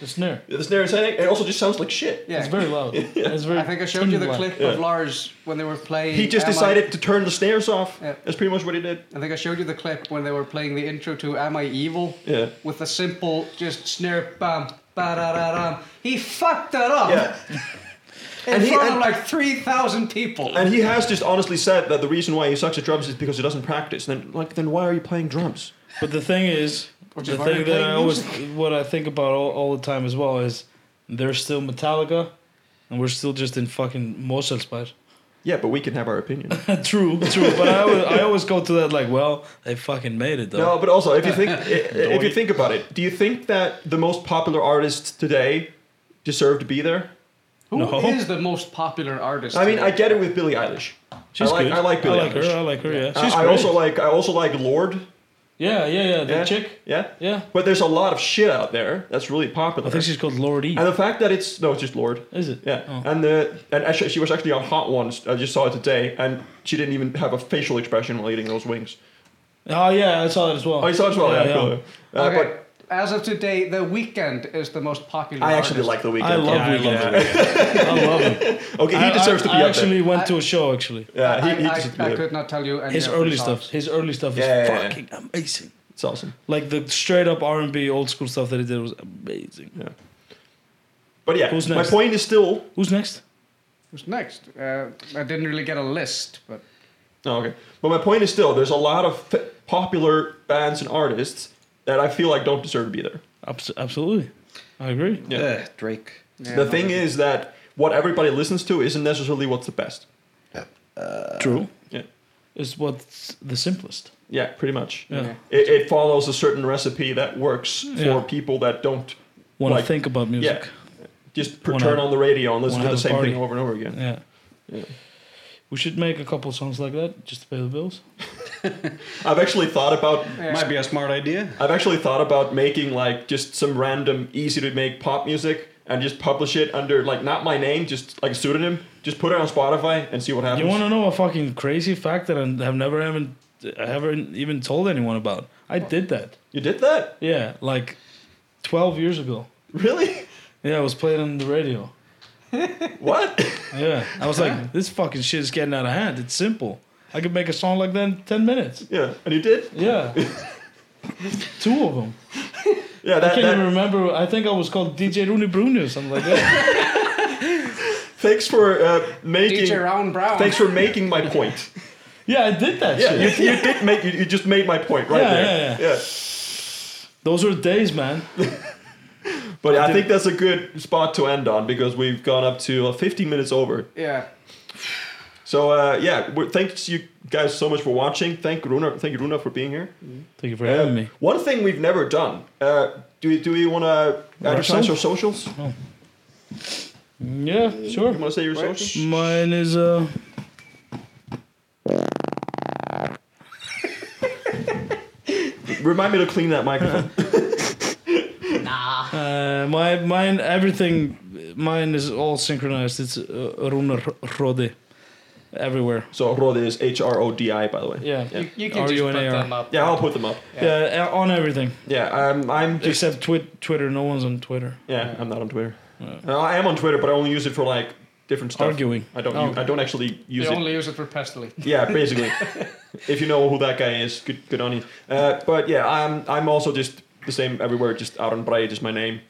Speaker 3: the snare.
Speaker 1: the snare and Saint Anger, it also just sounds like shit.
Speaker 4: yeah,
Speaker 3: It's very loud. It's very
Speaker 4: I think I showed you the
Speaker 3: loud.
Speaker 4: clip of Lars when they were playing.
Speaker 1: He just
Speaker 4: Am I-
Speaker 1: decided to turn the snares off.
Speaker 4: Yeah.
Speaker 1: That's pretty much what he did.
Speaker 4: I think I showed you the clip when they were playing the intro to "Am I Evil?"
Speaker 1: Yeah.
Speaker 4: With the simple, just snare bam, ba da da da. He fucked that up in
Speaker 1: And he-
Speaker 4: front
Speaker 1: and-
Speaker 4: of like three thousand people.
Speaker 1: and he has just honestly said that the reason why he sucks at drums is because he doesn't practice. Then, like, then why are you playing drums?
Speaker 3: But the thing is,
Speaker 4: Which
Speaker 3: the
Speaker 4: is why
Speaker 3: thing
Speaker 4: we're
Speaker 3: that
Speaker 4: playing
Speaker 3: I always, what I think about all, all the time as well is, they're still Metallica, and we're still just in fucking Moselspire.
Speaker 1: Yeah, but we can have our opinion.
Speaker 3: true, true. But I always, I always go to that like, well, they fucking made it though.
Speaker 1: no, but also if you think i- i- if you think about it, do you think that the most popular artists today deserve to be there?
Speaker 4: Who is
Speaker 3: No.
Speaker 4: the most popular artist?
Speaker 1: I mean,
Speaker 4: today?
Speaker 1: I get it with Billie Eilish.
Speaker 3: She's
Speaker 1: I like
Speaker 3: good.
Speaker 1: I like
Speaker 3: I
Speaker 1: Billie
Speaker 3: like
Speaker 1: Eilish.
Speaker 3: her. I like her. Yeah,
Speaker 1: I-
Speaker 3: she's
Speaker 1: I
Speaker 3: great.
Speaker 1: also like I also like Lord.
Speaker 3: yeah, yeah, yeah. The
Speaker 1: Yeah.
Speaker 3: chick.
Speaker 1: Yeah.
Speaker 3: Yeah.
Speaker 1: But there's a lot of shit out there that's really popular.
Speaker 3: I think she's called Lord E.
Speaker 1: and the fact that it's no, it's just Lord.
Speaker 3: Is it?
Speaker 1: Yeah,
Speaker 3: Oh.
Speaker 1: and the and actually she was actually on Hot Ones. I just saw it today, and she didn't even have a facial expression while eating those wings.
Speaker 3: Oh yeah, I saw that as well.
Speaker 1: Oh, you saw it as well. Yeah, cool. Uh,
Speaker 4: Okay.
Speaker 1: But
Speaker 4: As of today, The Weeknd is the most popular.
Speaker 1: I actually
Speaker 4: artist.
Speaker 1: like the weekend.
Speaker 3: I love
Speaker 2: Yeah, I
Speaker 3: Weekend.
Speaker 2: love
Speaker 3: I love him.
Speaker 1: Okay, he
Speaker 3: I-
Speaker 1: deserves to
Speaker 3: I-
Speaker 1: be
Speaker 3: I
Speaker 1: up
Speaker 3: actually
Speaker 1: there.
Speaker 3: went to a show actually.
Speaker 1: Yeah, he,
Speaker 4: I,
Speaker 1: he
Speaker 4: I-
Speaker 1: deserves
Speaker 4: I
Speaker 1: to be
Speaker 4: could
Speaker 1: there.
Speaker 4: not tell you any
Speaker 3: His
Speaker 4: of the
Speaker 3: early
Speaker 4: songs.
Speaker 3: stuff. His early stuff is
Speaker 1: Yeah, yeah, yeah.
Speaker 3: fucking amazing.
Speaker 1: It's awesome.
Speaker 3: Like the straight up R and B old school stuff that he did was amazing.
Speaker 1: Yeah. But yeah,
Speaker 3: Who's
Speaker 1: my
Speaker 3: next?
Speaker 1: point is still.
Speaker 3: Who's next?
Speaker 4: Who's next? Uh, I didn't really get a list, but
Speaker 1: Oh, okay, but my point is still. There's a lot of f- popular bands and artists that I feel like don't deserve to be there.
Speaker 3: Abs- absolutely, I agree.
Speaker 1: Yeah.
Speaker 2: Ugh, Drake.
Speaker 4: yeah,
Speaker 1: the
Speaker 4: no.
Speaker 1: thing is that what everybody listens to isn't necessarily what's the best.
Speaker 3: True.
Speaker 1: Yeah.
Speaker 3: Is what's the simplest.
Speaker 1: Yeah, pretty much.
Speaker 3: Yeah.
Speaker 1: It, it follows a certain recipe that works for
Speaker 3: Yeah.
Speaker 1: people that don't
Speaker 3: Want to
Speaker 1: Like-
Speaker 3: think about music.
Speaker 1: just per-
Speaker 3: Wanna-
Speaker 1: turn on the radio and listen to
Speaker 3: wanna
Speaker 1: the
Speaker 3: have a
Speaker 1: same
Speaker 3: party.
Speaker 1: thing over and over again.
Speaker 3: Yeah. We should make a couple songs like that just to pay the bills.
Speaker 1: I've actually thought about
Speaker 2: Might be a smart idea.
Speaker 1: I've actually thought about making like just some random easy to make pop music and just publish it under like not my name, just like a pseudonym. Just put it on Spotify and see what happens.
Speaker 3: You want to know a fucking crazy fact that I have never even I haven't even told anyone about? I did that.
Speaker 1: You did that?
Speaker 3: Yeah, like 12 years ago.
Speaker 1: Really?
Speaker 3: Yeah, I was playing on the radio.
Speaker 1: what?
Speaker 3: Yeah, I was like, this fucking shit is getting out of hand. It's simple. I could make a song like that in 10 minutes.
Speaker 1: Yeah, and you did.
Speaker 3: Yeah. Two of them.
Speaker 1: Yeah,
Speaker 3: I
Speaker 1: that,
Speaker 3: can't even
Speaker 1: that
Speaker 3: remember. I think I was called DJ Rooney Bruni or something like that.
Speaker 1: thanks for uh, making.
Speaker 5: DJ Round Brown.
Speaker 1: Thanks for making my point.
Speaker 3: Yeah, I did that
Speaker 1: Yeah,
Speaker 3: shit.
Speaker 1: you, you did make you, you just made my point right
Speaker 3: Yeah,
Speaker 1: there.
Speaker 3: yeah, Those were days, man.
Speaker 1: But I think that's a good spot to end on because we've gone up to uh, 15 minutes over.
Speaker 5: Yeah.
Speaker 1: So uh, yeah, we thanks you guys so much for watching. Thank Runa, thank you Runa for being here.
Speaker 3: Thank you for
Speaker 1: Uh,
Speaker 3: having me.
Speaker 1: One thing we've never done. Uh, do we, do we want to advertise our socials?
Speaker 3: Yeah, sure.
Speaker 1: You want to say your socials?
Speaker 3: Mine is uh.
Speaker 1: Mm, Remind me to clean that microphone.
Speaker 3: Uh, my mine everything mine is all synchronized. It's uh, Runar Rode everywhere.
Speaker 1: so Rodi is H R O D I by the way. Yeah.
Speaker 3: Yeah.
Speaker 1: Yeah.
Speaker 5: You, you can just put
Speaker 3: R-U-N-A-R.
Speaker 5: them up.
Speaker 1: I'll put them up.
Speaker 3: Yeah, uh, on everything
Speaker 1: Yeah, I'm I'm just
Speaker 3: except twi- Twitter. No one's on Twitter.
Speaker 1: yeah, I'm not on Twitter. Uh, I am on Twitter, but I only use it for like different stuff.
Speaker 3: Arguing.
Speaker 1: I don't
Speaker 3: Oh.
Speaker 1: u- I don't actually use
Speaker 5: You
Speaker 1: it.
Speaker 5: only use it for Pestily.
Speaker 1: Yeah, basically. if you know who that guy is, good, good on you. Uh, but yeah, I'm I'm also just the same everywhere. Just Aaron Braid is my name.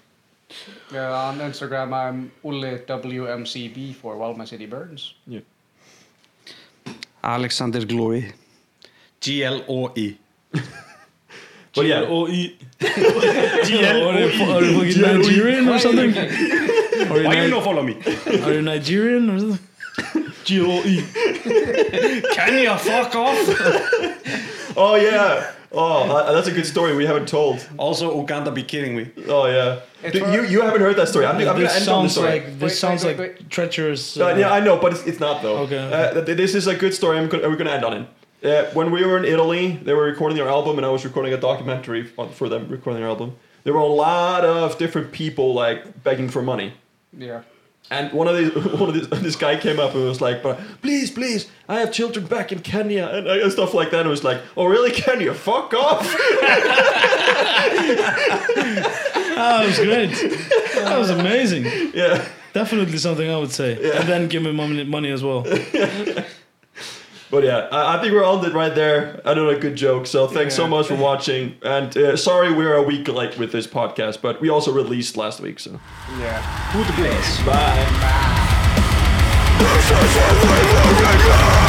Speaker 5: Yeah, on Instagram, I'm Ulle WMCB for While My City Burns.
Speaker 2: Alexander Glory. G L O E.
Speaker 1: But yeah,
Speaker 3: O E.
Speaker 1: E.
Speaker 3: Are you fu- are you fucking Nigerian or something? Are you,
Speaker 2: Why you
Speaker 3: Ni-
Speaker 2: no follow me?
Speaker 3: are you Nigerian or something? G O E.
Speaker 2: Can you fuck off?
Speaker 1: oh yeah, oh uh, that's a good story we haven't told.
Speaker 2: Also, Uganda be kidding me.
Speaker 1: Oh yeah,
Speaker 5: It's
Speaker 1: Dude,
Speaker 5: where-
Speaker 1: you you haven't heard that story. I'm, I'm gonna
Speaker 3: This
Speaker 1: end on the
Speaker 3: sounds
Speaker 1: story.
Speaker 3: like this
Speaker 5: Wait,
Speaker 3: sounds
Speaker 5: wait,
Speaker 3: like
Speaker 5: wait,
Speaker 3: treacherous.
Speaker 1: Uh,
Speaker 3: uh,
Speaker 1: yeah, I know, but it's, it's not though.
Speaker 3: Okay,
Speaker 1: Uh, th- this is a good story. I'm gonna, we're gonna end on it. Uh, when we were in Italy, they were recording their album, and I was recording a documentary on, for them recording their album. There were a lot of different people like begging for money.
Speaker 5: Yeah.
Speaker 1: And one of these, one of these, this guy came up and was like, "But please, please, I have children back in Kenya and, and stuff like that." And it was like, "Oh, really, Kenya? Fuck off!"
Speaker 3: that was great. That was amazing.
Speaker 1: yeah,
Speaker 3: Definitely something I would say. And then give me money, money as well.
Speaker 1: but yeah, I, I think we're all did right there. Another good joke. So thanks so
Speaker 5: Yeah.
Speaker 1: much for watching. And uh, sorry we're a week late with this podcast, but we also released last week. So
Speaker 5: Yeah.
Speaker 1: bye.
Speaker 6: This is everything you can